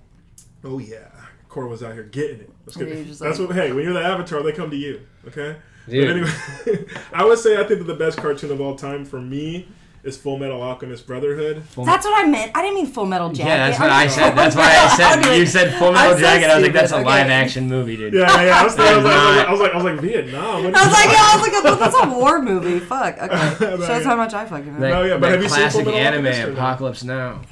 Speaker 1: Oh yeah, Korra was out here getting it. That's,
Speaker 2: Yeah,
Speaker 1: good.
Speaker 2: you're just
Speaker 1: That's
Speaker 2: like-
Speaker 1: what. Hey, when you're the Avatar, they come to you. Okay.
Speaker 4: Dude.
Speaker 1: But anyway, <laughs> I would say I think that the best cartoon of all time for me is Full Metal Alchemist Brotherhood.
Speaker 2: That's what I meant. I didn't mean Full Metal Jacket.
Speaker 4: <laughs> Yeah, that's what
Speaker 2: meant
Speaker 4: I said.
Speaker 2: Full
Speaker 4: That's why I <laughs>
Speaker 2: Metal
Speaker 4: said
Speaker 2: Alchemist.
Speaker 4: you said Full Metal
Speaker 2: I'm so
Speaker 4: Jacket. I was like, that's a
Speaker 2: stupid.
Speaker 4: live
Speaker 2: Okay.
Speaker 4: action movie, dude.
Speaker 1: Yeah, yeah. yeah. I was, I was, like, I was like,
Speaker 4: Not-
Speaker 1: I was like, I was like Vietnam. What
Speaker 2: I was
Speaker 1: is-
Speaker 2: like, yeah, I was like, that's- that's a war movie. Fuck.
Speaker 1: <laughs>
Speaker 2: Okay.
Speaker 1: About
Speaker 2: Shows
Speaker 1: it.
Speaker 2: how much I fucking know.
Speaker 4: That,
Speaker 1: No, Oh, yeah, but
Speaker 4: that
Speaker 1: have you seen
Speaker 4: classic
Speaker 1: Fullmetal
Speaker 4: anime
Speaker 1: Alchemist or not?
Speaker 4: Apocalypse Now.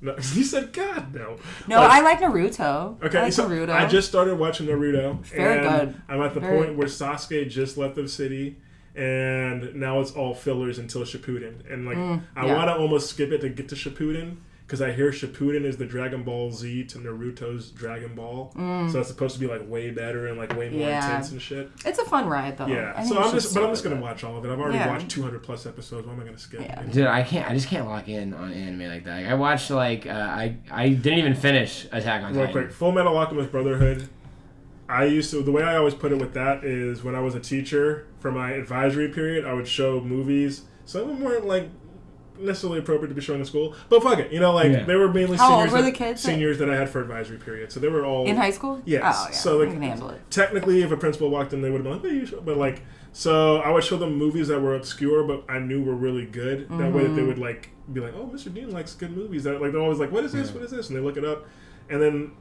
Speaker 1: No, <laughs> you said God no.
Speaker 2: No,
Speaker 1: Like-
Speaker 2: I like Naruto.
Speaker 1: Okay,
Speaker 2: I like
Speaker 1: so
Speaker 2: Naruto.
Speaker 1: I just started watching Naruto.
Speaker 2: Very
Speaker 1: and
Speaker 2: good.
Speaker 1: I'm at the
Speaker 2: Very-
Speaker 1: point where Sasuke just left the city, and now it's all fillers until Shippuden. And like, I
Speaker 2: Mm, yeah.
Speaker 1: want to almost skip it to get to Shippuden because I hear Shippuden is the Dragon Ball Z to Naruto's Dragon Ball, so it's supposed to be like way better and like way more
Speaker 2: Mm. Yeah.
Speaker 1: intense and shit.
Speaker 2: It's a fun ride though. I
Speaker 1: Yeah.
Speaker 2: think
Speaker 1: So
Speaker 2: you
Speaker 1: I'm
Speaker 2: should
Speaker 1: just, but
Speaker 2: stick
Speaker 1: I'm just
Speaker 2: with
Speaker 1: gonna
Speaker 2: it.
Speaker 1: watch all of it. I've already
Speaker 2: Yeah.
Speaker 1: watched 200 plus episodes. What am I gonna skip?
Speaker 2: Yeah.
Speaker 4: Dude, I can't. I just can't lock in on anime like that. Like, I watched like uh, I I didn't even finish Attack on
Speaker 1: Real
Speaker 4: Titan.
Speaker 1: quick, Full Metal Alchemist Brotherhood. I used to the way I always put it with that is when I was a teacher for my advisory period, I would show movies. Some of them weren't like necessarily appropriate to be shown in school, but fuck it, you know, like
Speaker 4: Yeah.
Speaker 1: they were mainly
Speaker 2: How old
Speaker 1: seniors
Speaker 2: were
Speaker 1: that-
Speaker 2: the kids that-
Speaker 1: seniors that I had for advisory period, so they were all
Speaker 2: In high school?
Speaker 1: Yes.
Speaker 2: Oh, yeah.
Speaker 1: So
Speaker 2: I can handle
Speaker 1: like,
Speaker 2: it.
Speaker 1: technically, if a principal walked in, they would have been like, "Hey, you should-" but like, so I would show them movies that were obscure, but I knew were really good. That way, that
Speaker 2: Mm-hmm.
Speaker 1: they would like be like, "Oh, Mr. Dean likes good movies." That like they're always like, "What is this? What is this?" And they look it up, and then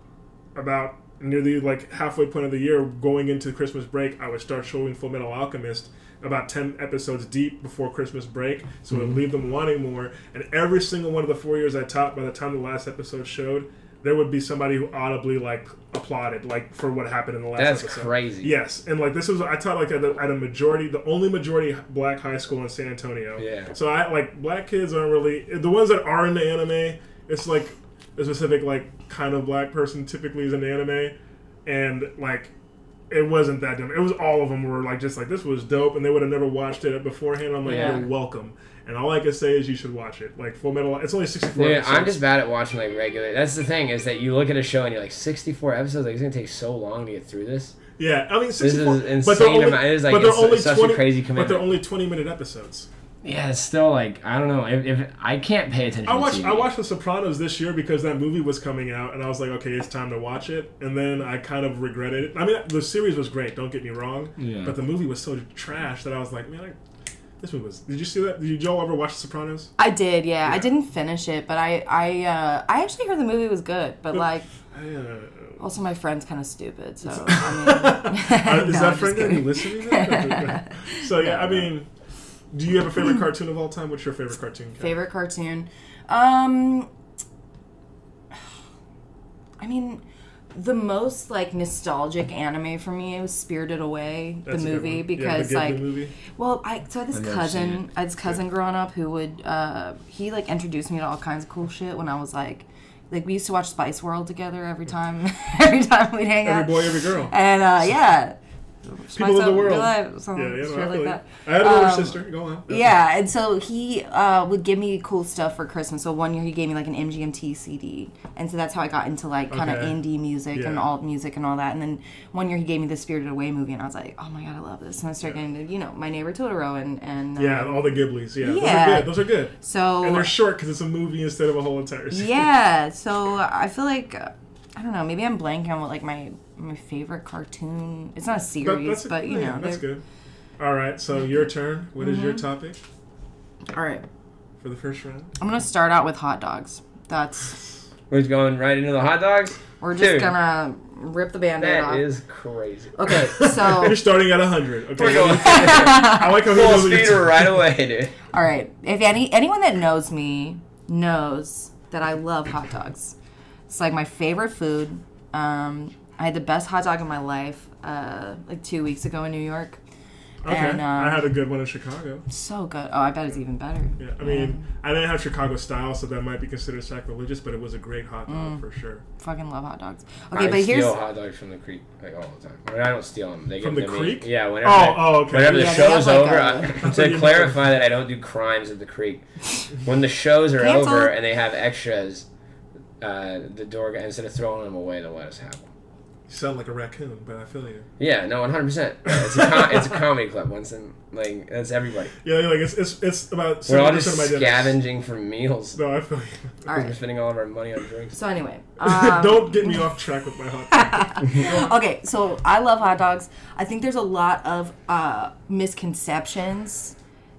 Speaker 1: about near the like halfway point of the year, going into Christmas break, I would start showing Full Metal Alchemist about 10 episodes deep before Christmas break, so
Speaker 4: Mm-hmm.
Speaker 1: it would leave them wanting more. And every single one of the four years I taught, by the time the last episode showed, there would be somebody who audibly like applauded like for what happened in the last
Speaker 4: That's
Speaker 1: episode.
Speaker 4: crazy.
Speaker 1: Yes, and like this was I taught like at a, at a majority, the only majority black high school in San Antonio.
Speaker 4: Yeah.
Speaker 1: So I like black kids aren't really the ones that are into anime. It's like a specific like kind of black person typically is in anime, and like it wasn't that dumb. It was all of them were like just like this was dope, and they would have never watched it beforehand. I'm like,
Speaker 4: Yeah.
Speaker 1: you're welcome. And all I can say is you should watch it. Like Full Metal, it's only 64
Speaker 4: Dude,
Speaker 1: episodes.
Speaker 4: I'm just bad at watching like regular. That's the thing is that you look at a show and you're like 64 episodes. Like it's gonna take so long to get through this.
Speaker 1: yeah, I mean, 64.
Speaker 4: is
Speaker 1: but
Speaker 4: insane
Speaker 1: they're only-
Speaker 4: amount- it is, like,
Speaker 1: but they're
Speaker 4: it's-
Speaker 1: only
Speaker 4: it's such a
Speaker 1: 20
Speaker 4: crazy
Speaker 1: But
Speaker 4: commitment.
Speaker 1: they're only 20 minute episodes.
Speaker 4: Yeah, it's still like I don't know. If, if I can't pay attention,
Speaker 1: I
Speaker 4: to
Speaker 1: watched
Speaker 4: TV.
Speaker 1: I watched The Sopranos this year because that movie was coming out, and I was like, okay, it's time to watch it. And then I kind of regretted it. I mean, the series was great. Don't get me wrong.
Speaker 4: Yeah.
Speaker 1: But the movie was so trash that I was like, man, I, this movie was. Did you see that? Did y'all ever watch The Sopranos?
Speaker 2: I did, yeah. I
Speaker 1: Yeah.
Speaker 2: didn't finish it, but I I uh, I actually heard the movie was good, but like
Speaker 1: I, uh,
Speaker 2: also my friend's kind of stupid, so
Speaker 1: <laughs>
Speaker 2: I
Speaker 1: Uh,
Speaker 2: mean,
Speaker 1: is
Speaker 2: <laughs> No, I'm
Speaker 1: that
Speaker 2: just
Speaker 1: Frank
Speaker 2: kidding.
Speaker 1: you listening? to
Speaker 2: <laughs>
Speaker 1: that? so yeah, I mean, do you have a favorite cartoon of all time? What's your favorite cartoon? Kat?
Speaker 2: favorite cartoon? Um, I mean, the most like nostalgic anime for me was Spirited Away,
Speaker 1: That's a
Speaker 2: the
Speaker 1: good
Speaker 2: movie,
Speaker 1: one.
Speaker 2: because
Speaker 1: yeah, the Ghibli
Speaker 2: like
Speaker 1: movie.
Speaker 2: Well, I so I had this
Speaker 4: I've never seen
Speaker 2: cousin, I had this cousin growing up who would uh, he like introduced me to all kinds of cool shit when I was like, like we used to watch Spice World together every time, <laughs> every time we'd hang
Speaker 1: Every
Speaker 2: out.
Speaker 1: boy, every girl.
Speaker 2: and uh, yeah, Spice
Speaker 1: People of the
Speaker 2: Up,
Speaker 1: world.
Speaker 2: Real Life, some
Speaker 1: Yeah, yeah, no,
Speaker 2: shit
Speaker 1: I,
Speaker 2: like
Speaker 1: feel
Speaker 2: that.
Speaker 1: you. I had an older
Speaker 2: Um,
Speaker 1: sister. Go on.
Speaker 2: Yeah, and so he uh, would give me cool stuff for Christmas. So one year he gave me like an MGMT CD, and so that's how I got into like kind of
Speaker 1: Okay.
Speaker 2: indie music and
Speaker 1: Yeah.
Speaker 2: alt music and all that. And then one year he gave me the Spirited Away movie, and I was like, oh my god, I love this. And I started getting into you know my neighbor Totoro and and uh,
Speaker 1: Yeah, all the Ghiblis. Yeah, those
Speaker 2: Yeah.
Speaker 1: are good. Those are good. And
Speaker 2: So
Speaker 1: <laughs> they're short because it's a movie instead of a whole entire series.
Speaker 2: yeah, so I feel like uh, I don't know. Maybe I'm blanking on what like my my favorite cartoon. It's not a
Speaker 1: That-
Speaker 2: series,
Speaker 1: that's a-
Speaker 2: but you
Speaker 1: yeah,
Speaker 2: know.
Speaker 1: that's
Speaker 2: they're- Mm-hmm.
Speaker 1: good. All right, so your turn. What is your topic
Speaker 2: All right,
Speaker 1: for the first round?
Speaker 2: I'm gonna start out with hot dogs. That's
Speaker 4: We're just going right into the hot dogs.
Speaker 2: we're just
Speaker 4: Dude.
Speaker 2: gonna rip the band-aid off.
Speaker 4: That is crazy.
Speaker 2: Okay,
Speaker 1: <laughs> You're
Speaker 2: so
Speaker 1: starting at 100. Okay.
Speaker 4: We're going
Speaker 1: I like how he
Speaker 4: full
Speaker 1: knows what
Speaker 4: speed
Speaker 1: he's-
Speaker 4: right away, dude.
Speaker 2: all right, if any anyone that knows me knows that I love hot dogs. It's like my favorite food. Um, I had the best hot dog of my life uh, like two weeks ago in New York.
Speaker 1: Okay.
Speaker 2: And, um,
Speaker 1: I had a good one in Chicago.
Speaker 2: So good. Oh, I bet it's even better.
Speaker 1: Yeah, I mean, I didn't have Chicago style, so that might be considered sacrilegious, but it was a great hot dog
Speaker 2: Mm.
Speaker 1: for sure.
Speaker 2: Fucking love hot dogs. Okay,
Speaker 4: I
Speaker 2: but here's
Speaker 4: steal hot dogs from the creek like all the time. I, mean, I don't steal them. They
Speaker 1: From
Speaker 4: give
Speaker 1: the
Speaker 4: them to me.
Speaker 1: creek?
Speaker 4: Yeah, whenever.
Speaker 1: Oh,
Speaker 4: I-
Speaker 1: oh, okay.
Speaker 4: Whenever
Speaker 2: Yeah,
Speaker 4: the
Speaker 2: they have,
Speaker 4: show's
Speaker 2: like,
Speaker 4: over,
Speaker 2: a-
Speaker 4: I-
Speaker 1: thought you
Speaker 4: to
Speaker 1: meant-
Speaker 4: clarify that I don't do crimes at the creek. When the shows are
Speaker 2: Cancel.
Speaker 4: over and they have extras, uh, the door guy instead of throwing them away, they'll let us have them.
Speaker 1: You sound like a raccoon, but I feel you.
Speaker 4: Yeah, no, one hundred percent. It's a com- it's a comedy club. Once in like that's everybody.
Speaker 1: Yeah, like it's it's, it's about
Speaker 4: We're all
Speaker 1: 70%
Speaker 4: just
Speaker 1: of my dinners.
Speaker 4: scavenging for meals.
Speaker 1: No, I feel you.
Speaker 2: all
Speaker 4: We're
Speaker 2: right.
Speaker 4: spending all of our money on drinks.
Speaker 2: So anyway,
Speaker 1: <laughs>
Speaker 2: um,
Speaker 1: Don't get me off track with my hot dog.
Speaker 2: okay, so I love hot dogs. I think there's a lot of uh, misconceptions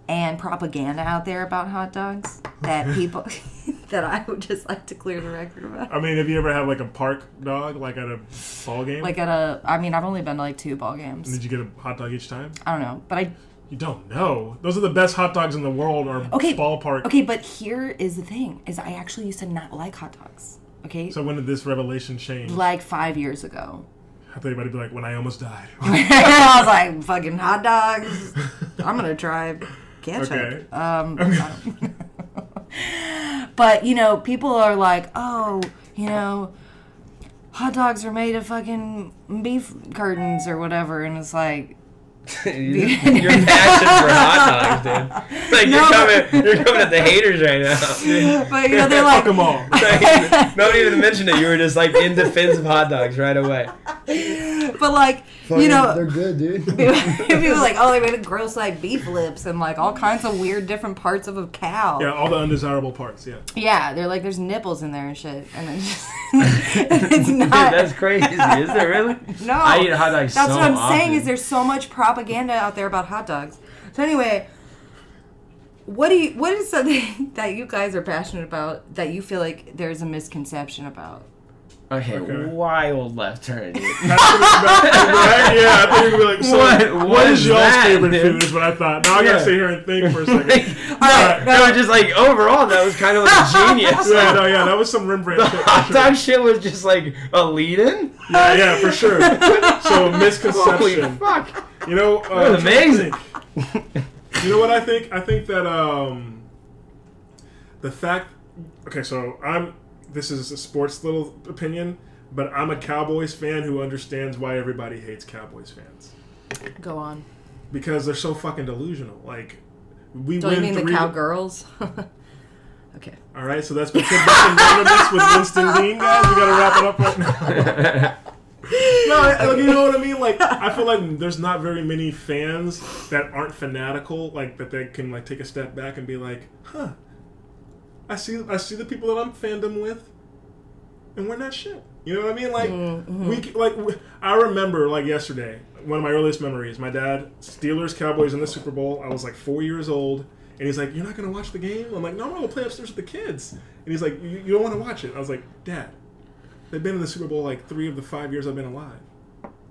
Speaker 2: and propaganda out there about hot dogs that people <laughs> that I would just like to clear the record about.
Speaker 1: I mean, have you ever had like a park dog, like at a ball game?
Speaker 2: Like at a, I mean, I've only been to like two ball games.
Speaker 1: Did you get a hot dog each time?
Speaker 2: I don't know, but I
Speaker 1: You don't know. Those are the best hot dogs in the world, or
Speaker 2: okay.
Speaker 1: ballpark.
Speaker 2: Okay, but here is the thing: is I actually used to not like hot dogs. Okay,
Speaker 1: So when did this revelation change?
Speaker 2: like five years ago.
Speaker 1: I thought you might be like, when I almost
Speaker 2: <laughs>
Speaker 1: died. <laughs>
Speaker 2: I was like, fucking hot dogs. I'm gonna try ketchup.
Speaker 1: Okay.
Speaker 2: Um, I don't- <laughs> but you know, people are like, oh, you know, hot dogs are made of fucking beef curtains or whatever, and
Speaker 1: <laughs>
Speaker 2: it's like, <laughs>
Speaker 4: <laughs> Your passion for hot dogs, dude. Like
Speaker 2: No,
Speaker 4: you're
Speaker 2: but-
Speaker 4: coming, you're coming at the haters right now.
Speaker 2: <laughs>
Speaker 4: dude.
Speaker 2: but you know, they're like,
Speaker 1: Fuck them all.
Speaker 4: Like, Nobody even mentioned it. You were just like in defense of hot dogs right away.
Speaker 2: but like, you know.
Speaker 5: good, dude.
Speaker 2: <laughs> people are like, oh, they made of gross like beef lips and like all kinds of weird different parts of a cow.
Speaker 1: Yeah, all the undesirable parts. Yeah.
Speaker 2: Yeah, they're like, there's nipples in there and shit, and then just <laughs>
Speaker 1: <laughs>
Speaker 2: it's
Speaker 4: Dude,
Speaker 2: not.
Speaker 4: that's crazy. Is there <laughs> really?
Speaker 2: no,
Speaker 4: I eat hot dogs
Speaker 2: That's
Speaker 4: so
Speaker 2: what I'm saying.
Speaker 4: often.
Speaker 2: Is there's so much propaganda out there about hot dogs. So anyway, what do you? What is something <laughs> that you guys are passionate about that you feel like there's a misconception about?
Speaker 4: Okay,
Speaker 1: Okay.
Speaker 4: wild left turn. <laughs>
Speaker 1: <laughs>
Speaker 4: dude.
Speaker 1: Right? Yeah, I thought you were gonna be like, so
Speaker 4: What-
Speaker 1: what
Speaker 4: what
Speaker 1: is
Speaker 4: is
Speaker 1: y'all's
Speaker 4: that,
Speaker 1: favorite
Speaker 4: dude?
Speaker 1: food? Is what I thought. Now I
Speaker 4: Yeah.
Speaker 1: gotta sit here and think for a <laughs>
Speaker 4: Like,
Speaker 1: second.
Speaker 4: no,
Speaker 1: Alright,
Speaker 4: no, just like overall, that was kind of <laughs> like genius.
Speaker 1: yeah, no, yeah, that was some Rembrandt shit. for
Speaker 4: Hot
Speaker 1: sure.
Speaker 4: dog shit was just like a lead-in.
Speaker 1: Yeah, yeah, for sure. So
Speaker 4: Holy
Speaker 1: misconception.
Speaker 4: <laughs> fuck!
Speaker 1: You know, uh,
Speaker 4: That was amazing.
Speaker 1: You know what I think? I think that um, the fact. Okay, so I'm this is a sports little opinion, but I'm a Cowboys fan who understands why everybody hates Cowboys fans
Speaker 2: Go on.
Speaker 1: because they're so fucking delusional. Like we
Speaker 2: Don't you
Speaker 1: win
Speaker 2: mean
Speaker 1: three.
Speaker 2: the cowgirls? <laughs> okay.
Speaker 1: All right, so that's been Tibbetts Anonymous with Winston Dean, guys. We gotta wrap it up right now. No, I- like, you know what I mean. Like, I feel like there's not very many fans that aren't fanatical, like that they can like take a step back and be like, "Huh, I see, I see the people that I'm fandom with, and we're not shit." You know what I mean? Like, we c- like w I I remember like yesterday, one of my earliest memories. My dad, Steelers Cowboys in the Super Bowl. I was like four years old. And he's like, "You're not gonna watch the game?" I'm like, "No, I'm gonna play upstairs with the kids." And he's like, "You, you don't want to watch it?" I was like, "Dad, They've been in the Super Bowl like three of the five years I've been alive.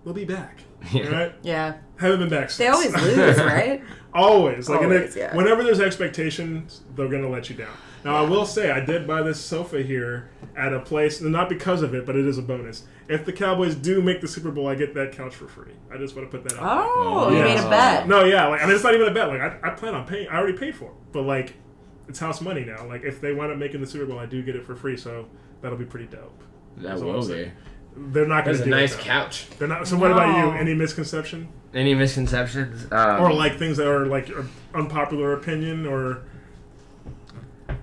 Speaker 1: They'll be back.
Speaker 4: Yeah.
Speaker 1: All right?
Speaker 2: Yeah.
Speaker 1: Haven't been back since. <laughs>
Speaker 2: They always lose, right?
Speaker 1: always. Like, and
Speaker 2: Always,
Speaker 1: they-
Speaker 2: yeah.
Speaker 1: whenever there's expectations, they're going to let you down. Now, I will say, I did buy this sofa here at a place, and not because of it, but it is a bonus. If the Cowboys do make the Super Bowl, I get that couch for free. I just want to put that out. there.
Speaker 2: Oh,
Speaker 1: Yeah.
Speaker 2: you made a bet.
Speaker 1: No, yeah, like I mean, it's not even a bet. Like I, I plan on paying. I already paid for it, but like, it's house money now. Like if they wind up making the Super Bowl, I do get it for free, so that'll be pretty dope.
Speaker 4: That
Speaker 1: That's
Speaker 4: will
Speaker 1: what I'm
Speaker 4: be.
Speaker 1: saying. They're not going to
Speaker 4: That's a
Speaker 1: do
Speaker 4: nice
Speaker 1: it. though.
Speaker 4: couch.
Speaker 1: They're not. So what about you?
Speaker 2: No.
Speaker 1: Any misconception
Speaker 4: Any misconceptions? Um,
Speaker 1: or like things that are like your unpopular opinion or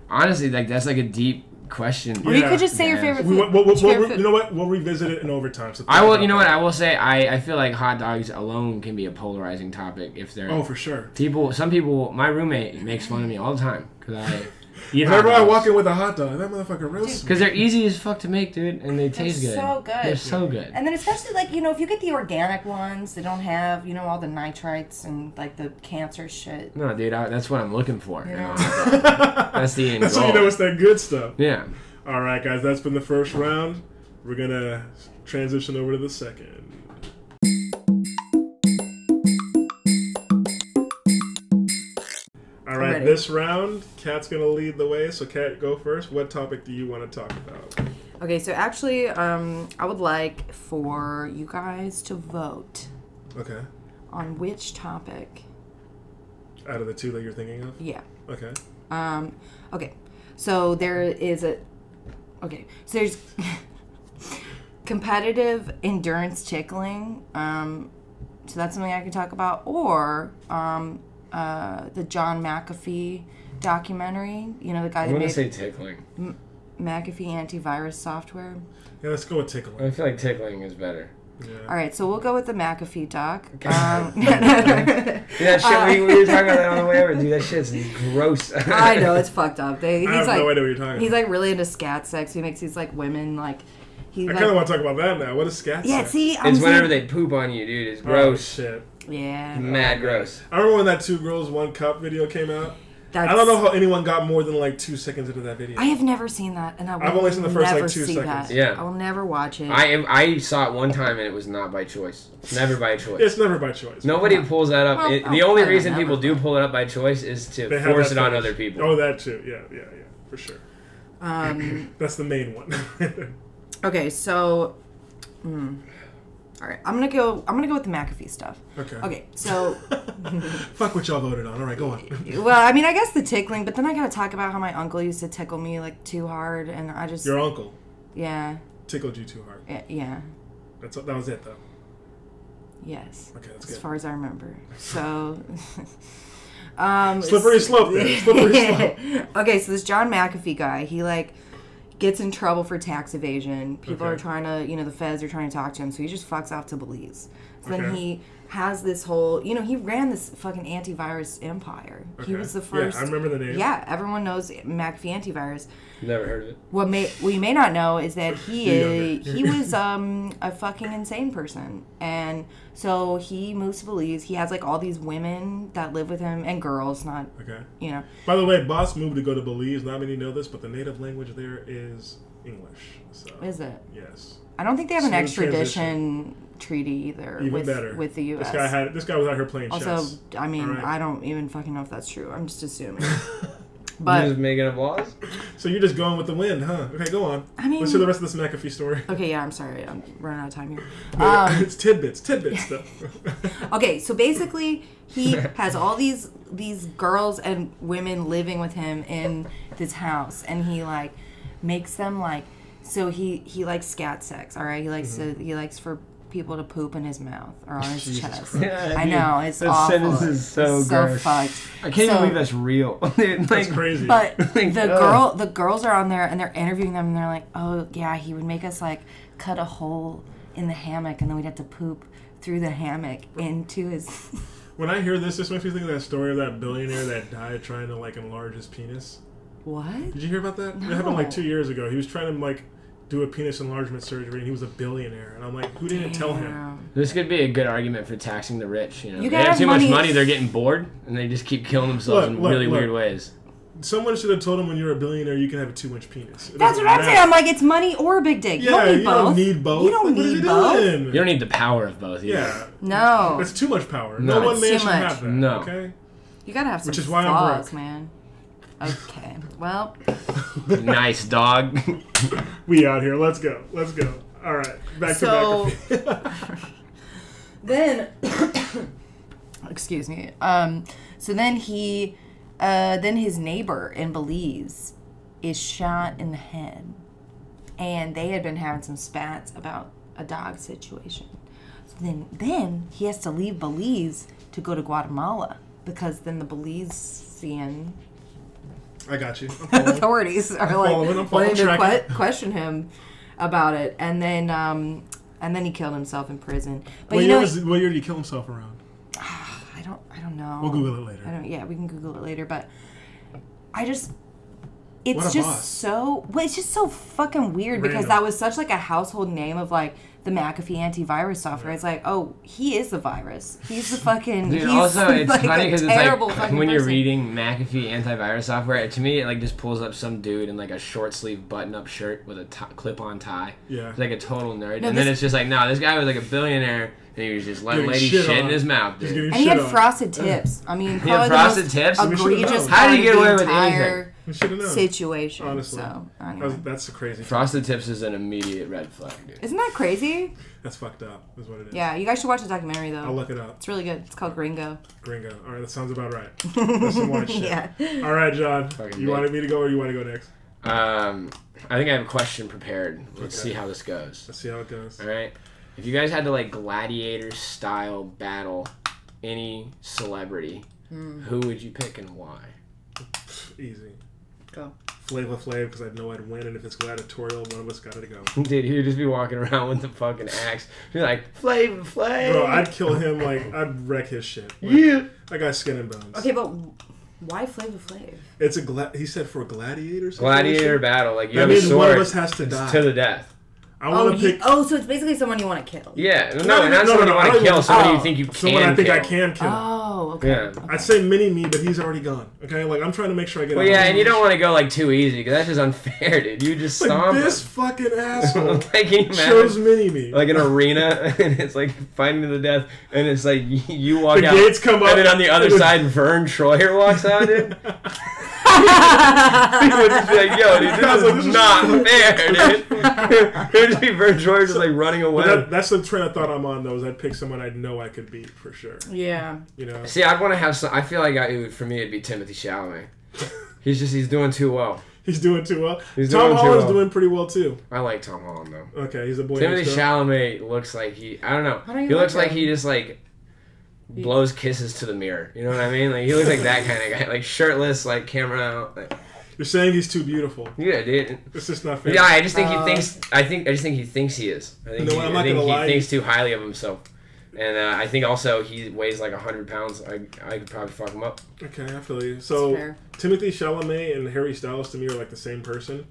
Speaker 4: honestly, like that's like a deep question.
Speaker 2: Or you
Speaker 1: Yeah.
Speaker 2: could just say your
Speaker 4: Yeah.
Speaker 2: favorite
Speaker 1: we,
Speaker 2: food.
Speaker 1: we'll, we'll,
Speaker 2: What's your
Speaker 1: we'll-
Speaker 2: favorite
Speaker 1: you know what? We'll revisit it in overtime. So
Speaker 4: I
Speaker 1: think
Speaker 4: will.
Speaker 1: about
Speaker 4: You know what?
Speaker 1: that.
Speaker 4: I will say. I, I feel like hot dogs alone can be a polarizing topic if they're
Speaker 1: Oh, for sure.
Speaker 4: people. Some people. My roommate makes fun of me all the time because I eat hot
Speaker 1: Whenever I walk
Speaker 4: dogs.
Speaker 1: in with a hot dog, that motherfucker roasts me.
Speaker 4: Because they're easy as fuck to make, dude, and they taste good.
Speaker 2: so good.
Speaker 4: They're so good.
Speaker 2: And then especially like you know if you get the organic ones, they don't have you know all the nitrites and like the cancer shit.
Speaker 4: No, dude, I, that's what I'm looking for. in a
Speaker 2: Yeah.
Speaker 4: hot dog. That's <laughs> the end
Speaker 1: That's how you
Speaker 4: goal.
Speaker 1: know it's that good stuff.
Speaker 4: yeah.
Speaker 1: All right, guys, that's been the first round. We're gonna transition over to the second. All right,
Speaker 2: ready.
Speaker 1: this round, Kat's gonna lead the way. So, Kat, go first. What topic do you want to talk about?
Speaker 2: Okay, so actually, um, I would like for you guys to vote
Speaker 1: Okay,
Speaker 2: on which topic.
Speaker 1: out of the two that you're thinking of.
Speaker 2: Yeah.
Speaker 1: Okay.
Speaker 2: Um, okay, so there is a. Okay, so there's <laughs> competitive endurance tickling. Um, so that's something I could talk about, or um, uh, the John McAfee documentary. You know, the guy
Speaker 4: I'm
Speaker 2: that
Speaker 4: gonna
Speaker 2: made
Speaker 4: say tickling.
Speaker 2: McAfee antivirus software.
Speaker 1: Yeah, let's go with tickling.
Speaker 4: I feel like tickling is better.
Speaker 1: Yeah.
Speaker 2: All right, so we'll go with the McAfee doc.
Speaker 4: <laughs>
Speaker 2: Um, <laughs>
Speaker 4: Dude, that shit we, we were talking about that on the way over. Dude, that shit's <laughs> gross.
Speaker 2: I know it's fucked up. They, he's
Speaker 1: I have
Speaker 2: like,
Speaker 1: no idea what you're talking.
Speaker 2: he's
Speaker 1: about.
Speaker 2: like really into scat sex. He makes these like women like. He
Speaker 1: I
Speaker 2: like,
Speaker 1: kind of want to talk about that now. What is scat?
Speaker 2: Yeah,
Speaker 1: sex?
Speaker 2: see, I'm
Speaker 4: It's whenever Mm.
Speaker 2: saying-
Speaker 4: they poop on you, dude. It's
Speaker 1: Oh,
Speaker 4: gross.
Speaker 1: shit.
Speaker 2: Yeah,
Speaker 4: Mad gross.
Speaker 1: I remember when that two girls one cup video came out.
Speaker 2: that's.
Speaker 1: I don't know how anyone got more than like two seconds into that video.
Speaker 2: I have never seen that, and I will
Speaker 1: I've only seen the first, like,
Speaker 2: never
Speaker 1: two
Speaker 2: see
Speaker 1: seconds.
Speaker 2: That.
Speaker 4: Yeah.
Speaker 2: I will never watch it.
Speaker 4: I am. I saw it one time and it was not by choice. Never by choice.
Speaker 1: It's never by choice.
Speaker 4: Nobody pulls that up.
Speaker 2: Well,
Speaker 4: It-
Speaker 2: oh,
Speaker 4: the only
Speaker 2: I don't
Speaker 4: reason
Speaker 2: know.
Speaker 4: people do pull it up by choice is to
Speaker 1: They have
Speaker 4: force it
Speaker 1: that
Speaker 4: on
Speaker 1: fetish.
Speaker 4: other people.
Speaker 1: Oh, that too. Yeah, yeah, yeah, for sure.
Speaker 2: um,
Speaker 1: That's the main one. <laughs>
Speaker 2: okay, so. mm. all right, I'm gonna go. I'm gonna go with the McAfee stuff.
Speaker 1: okay.
Speaker 2: Okay, so
Speaker 1: Fuck what y'all voted on. All right, go on. <laughs>
Speaker 2: well, I mean, I guess the tickling, but then I gotta talk about how my uncle used to tickle me like too hard, and I just
Speaker 1: Your uncle
Speaker 2: yeah,
Speaker 1: tickled you too hard.
Speaker 2: yeah, yeah,
Speaker 1: That's that was it though.
Speaker 2: yes,
Speaker 1: Okay, that's
Speaker 2: as
Speaker 1: good.
Speaker 2: far as I remember. So, <laughs> um,
Speaker 1: Slippery slope
Speaker 2: <laughs>
Speaker 1: there. Slippery slope.
Speaker 2: okay, so this John McAfee guy, he like gets in trouble for tax evasion. People
Speaker 1: Okay.
Speaker 2: are trying to, you know, the feds are trying to talk to him, so he just fucks off to Belize. So then
Speaker 1: Okay.
Speaker 2: he has this whole, you know, he ran this fucking antivirus empire.
Speaker 1: Okay.
Speaker 2: He was the first.
Speaker 1: Yeah, I remember the name.
Speaker 2: Yeah, everyone knows McAfee antivirus.
Speaker 4: Never heard of it.
Speaker 2: What may what you may not know is that he
Speaker 1: You're
Speaker 2: is,
Speaker 1: younger.
Speaker 2: he was um, a fucking insane person, and so he moves to Belize. He has like all these women that live with him and girls, not
Speaker 1: Okay.
Speaker 2: you know.
Speaker 1: By the way, Boss moved to go to Belize. Not many know this, but the native language there is English. So
Speaker 2: Is it?
Speaker 1: yes,
Speaker 2: I don't think they have an
Speaker 1: Smooth
Speaker 2: extradition treaty either
Speaker 1: even
Speaker 2: with
Speaker 1: better
Speaker 2: with the U.S.
Speaker 1: This guy had this guy was out here playing
Speaker 2: also,
Speaker 1: chess.
Speaker 2: I mean,
Speaker 1: Alright.
Speaker 2: I don't even fucking know if that's true. I'm
Speaker 1: <laughs>
Speaker 2: just assuming.
Speaker 4: you
Speaker 2: but
Speaker 4: just making up laws.
Speaker 1: So you're just going with the wind, huh? Okay, go on.
Speaker 2: I mean-
Speaker 1: let's hear the rest of this McAfee story.
Speaker 2: okay, yeah, I'm sorry, I'm running out of time here. Um,
Speaker 1: <laughs> it's tidbits, tidbits
Speaker 2: <laughs>
Speaker 1: though.
Speaker 2: Okay, so basically, he has all these these girls and women living with him in this house, and he like makes them like so he he likes scat sex all right he likes to he likes for people to poop in his mouth or on his chest i know it's
Speaker 4: that
Speaker 2: awful
Speaker 4: sentence is so
Speaker 2: it's
Speaker 4: gross.
Speaker 2: so fucked
Speaker 4: I can't
Speaker 2: So-
Speaker 4: even believe that's real. <laughs> Dude,
Speaker 1: That's
Speaker 4: like,
Speaker 1: crazy.
Speaker 2: but
Speaker 4: <laughs> Like,
Speaker 2: the
Speaker 4: ugh.
Speaker 2: girl, the girls are on there and they're interviewing them, and they're like, "Oh yeah, he would make us like cut a hole in the hammock, and then we'd have to poop through the hammock into his."
Speaker 1: when I hear this, this makes me think of that story of that billionaire that died trying to like enlarge his penis.
Speaker 2: what?
Speaker 1: Did you hear about that? It happened like
Speaker 2: No.
Speaker 1: two years ago. He was trying to like do a penis enlargement surgery, and he was a billionaire. And I'm like, who didn't tell him?
Speaker 2: Damn.
Speaker 4: This could be a good argument for taxing the rich. You know,
Speaker 2: You
Speaker 4: they
Speaker 2: gotta
Speaker 4: have too
Speaker 2: have
Speaker 4: much
Speaker 2: money.
Speaker 4: money, they're getting bored, and they just keep killing themselves
Speaker 1: Look,
Speaker 4: in
Speaker 1: look,
Speaker 4: really
Speaker 1: look.
Speaker 4: weird ways.
Speaker 1: Someone should have told him when you're a billionaire, you can have a two inch penis. It
Speaker 2: That's
Speaker 1: doesn't
Speaker 2: what I'm saying.
Speaker 1: matter.
Speaker 2: I'm like, it's money or a big dick. you
Speaker 1: yeah,
Speaker 2: don't need
Speaker 1: you
Speaker 2: both.
Speaker 1: don't need both.
Speaker 2: You don't
Speaker 1: Like, what are
Speaker 2: need both.
Speaker 1: doing?
Speaker 4: You don't need the power of both. Either.
Speaker 1: Yeah,
Speaker 2: No,
Speaker 1: that's too much power.
Speaker 4: No.
Speaker 1: No, one
Speaker 2: It's
Speaker 1: man
Speaker 2: too
Speaker 1: should
Speaker 2: much.
Speaker 1: have that.
Speaker 4: No.
Speaker 1: Okay.
Speaker 2: you gotta have some
Speaker 1: Which is why I'm
Speaker 2: flaws,
Speaker 1: broke.
Speaker 2: man. Okay, well,
Speaker 4: nice dog.
Speaker 1: <laughs> We out here. Let's go. Let's go. All right. Back
Speaker 2: So-
Speaker 1: to back.
Speaker 2: then <coughs> excuse me um so then he uh then his neighbor in belize is shot in the head and they had been having some spats about a dog situation so then then he has to leave belize to go to guatemala because then the belizean
Speaker 1: <laughs> I got
Speaker 2: <laughs>
Speaker 1: you. I'm following.
Speaker 2: authorities are
Speaker 1: following, I'm
Speaker 2: like wanting to
Speaker 1: following,
Speaker 2: que- question him about it and then um and then he killed himself in prison but
Speaker 1: what,
Speaker 2: you
Speaker 1: year
Speaker 2: know
Speaker 1: was, what year did he kill himself around?
Speaker 2: I don't I don't know.
Speaker 1: We'll Google it
Speaker 2: I
Speaker 1: later.
Speaker 2: don't yeah, we can Google it later, but I just it's
Speaker 1: What a
Speaker 2: just
Speaker 1: boss.
Speaker 2: so well, it's just so fucking weird because
Speaker 1: Random.
Speaker 2: that was such like a household name of like the McAfee antivirus software. It's like, oh, he is the virus. He's the fucking.
Speaker 4: Dude,
Speaker 2: he's <laughs>
Speaker 4: also it's
Speaker 2: like
Speaker 4: funny
Speaker 2: a
Speaker 4: because it's
Speaker 2: terrible
Speaker 4: like
Speaker 2: fucking
Speaker 4: <laughs> when you're
Speaker 2: person.
Speaker 4: reading McAfee antivirus software, it- to me it like just pulls up some dude in like a short sleeve button up shirt with a t- clip on tie.
Speaker 1: Yeah.
Speaker 4: It's like a total nerd,
Speaker 2: No,
Speaker 4: and then
Speaker 2: this-
Speaker 4: it's just like, no, this guy was like a billionaire, and he was just letting
Speaker 1: Getting
Speaker 4: ladies
Speaker 1: shit
Speaker 4: shit,
Speaker 1: on.
Speaker 4: in his mouth,
Speaker 1: Just giving
Speaker 4: dude.
Speaker 2: And he
Speaker 1: shit
Speaker 2: had
Speaker 1: on.
Speaker 2: frosted tips. I mean,
Speaker 4: He
Speaker 2: probably
Speaker 4: had
Speaker 2: the
Speaker 4: frosted
Speaker 2: most
Speaker 4: tips.
Speaker 1: We should've
Speaker 2: egregious.
Speaker 1: known.
Speaker 4: How did
Speaker 2: part
Speaker 4: he
Speaker 2: of
Speaker 4: get away
Speaker 2: the
Speaker 4: with anything?
Speaker 2: entire
Speaker 1: We should have known.
Speaker 2: Situation.
Speaker 1: Honestly.
Speaker 2: So
Speaker 1: That was-
Speaker 2: anyway.
Speaker 1: that's crazy.
Speaker 4: Frosted Tips is an immediate red flag, dude.
Speaker 2: isn't that crazy?
Speaker 1: That's fucked up. Is what it is.
Speaker 2: Yeah, you guys should watch the documentary though.
Speaker 1: I'll look it up.
Speaker 2: It's really good. It's called Gringo.
Speaker 1: Gringo. All right, that sounds about right.
Speaker 2: <laughs>
Speaker 1: That's some white shit.
Speaker 2: Yeah.
Speaker 1: All right, John.
Speaker 4: Fucking
Speaker 1: you
Speaker 4: big.
Speaker 1: wanted me to go, or you want to go next?
Speaker 4: Um, I think I have a question prepared. Let's
Speaker 1: Okay.
Speaker 4: see how this goes.
Speaker 1: Let's see how it goes.
Speaker 4: All right, if you guys had to like gladiator style battle any celebrity,
Speaker 2: Hmm.
Speaker 4: who would you pick and why?
Speaker 1: Easy.
Speaker 2: Go.
Speaker 1: Flava Flav, because I know I'd win, and if it's gladiatorial, one of us got to go.
Speaker 4: <laughs> Dude, he would just be walking around with the fucking axe. He'd be like, Flav, Flav.
Speaker 1: Bro, I'd kill him. Like I'd wreck his shit. Like,
Speaker 4: Yeah.
Speaker 1: That guy's skin and bones.
Speaker 2: Okay, but why Flavor Flav?
Speaker 1: It's a gla- he said for gladiator. situation?
Speaker 4: Gladiator battle. Like, you
Speaker 1: That
Speaker 4: have a
Speaker 1: means one
Speaker 4: sword
Speaker 1: of us has to die.
Speaker 4: to the death.
Speaker 1: I
Speaker 2: Oh,
Speaker 1: want to
Speaker 2: you-
Speaker 1: pick
Speaker 2: oh, so it's basically someone you want to kill.
Speaker 4: Yeah.
Speaker 1: No,
Speaker 4: No, no,
Speaker 1: no,
Speaker 4: not someone
Speaker 1: no,
Speaker 4: you want
Speaker 1: I
Speaker 4: to kill,
Speaker 1: would-
Speaker 4: someone
Speaker 2: Oh.
Speaker 4: you think you can
Speaker 1: someone I think I
Speaker 4: kill.
Speaker 1: can kill.
Speaker 2: Oh, okay.
Speaker 4: Yeah.
Speaker 1: I'd say mini me, but he's already gone. Okay, like I'm trying to make sure I get.
Speaker 4: Well,
Speaker 1: out of
Speaker 4: yeah,
Speaker 1: the
Speaker 4: and you
Speaker 1: way.
Speaker 4: don't want to go, like, too easy, because that's just unfair, dude. You just
Speaker 1: Like,
Speaker 4: stomp.
Speaker 1: this fucking asshole
Speaker 4: <laughs> like, can you
Speaker 1: chose
Speaker 4: imagine?
Speaker 1: mini me.
Speaker 4: Like an arena, <laughs> and it's like fighting to the death, and it's like <laughs> you, you walk
Speaker 1: The
Speaker 4: out,
Speaker 1: gates come up,
Speaker 4: and then on
Speaker 1: <laughs>
Speaker 4: the other
Speaker 1: and the-
Speaker 4: side, Vern Troyer walks out, dude. <laughs> He would just be like, yo, dude,
Speaker 1: I
Speaker 4: this
Speaker 1: was
Speaker 4: is
Speaker 1: like, this is-
Speaker 4: not
Speaker 1: <laughs>
Speaker 4: fair, dude. <laughs> It would just be Vern Troyer just like running away.
Speaker 1: But that, that's the train of thought I'm on though. Is I'd pick someone I know I could beat for sure.
Speaker 2: Yeah.
Speaker 1: You know, <laughs>
Speaker 4: See, I'd want to have some. I feel like I, it would, for me, it'd be Timothy Chalamet. He's just, he's doing too well.
Speaker 1: he's doing too well.
Speaker 4: He's
Speaker 1: Tom
Speaker 4: doing too
Speaker 1: Holland's
Speaker 4: well.
Speaker 1: doing pretty well too.
Speaker 4: I like Tom Holland, though.
Speaker 1: Okay, he's a boy.
Speaker 4: Timothy
Speaker 1: next door.
Speaker 4: Chalamet looks like he, I don't know.
Speaker 2: How do you
Speaker 4: he looks
Speaker 2: like
Speaker 4: like
Speaker 2: him?
Speaker 4: he just like blows kisses to the mirror. You know what I mean? Like, he looks like that kind of guy. Like, shirtless, like, camera out. Like,
Speaker 1: You're saying he's too beautiful.
Speaker 4: yeah, dude.
Speaker 1: It's just not fair.
Speaker 4: Yeah, I just think
Speaker 2: Uh,
Speaker 4: he thinks. I think I just think he thinks he is. I think,
Speaker 1: No,
Speaker 4: he,
Speaker 1: I'm
Speaker 4: I
Speaker 1: not
Speaker 4: think
Speaker 1: gonna
Speaker 4: he
Speaker 1: lie.
Speaker 4: thinks too highly of himself, and uh, I think also he weighs like hundred pounds. I, I could probably fuck him up.
Speaker 1: Okay, I feel you. So
Speaker 2: fair.
Speaker 1: Timothy Chalamet and Harry Styles to me are like the same person.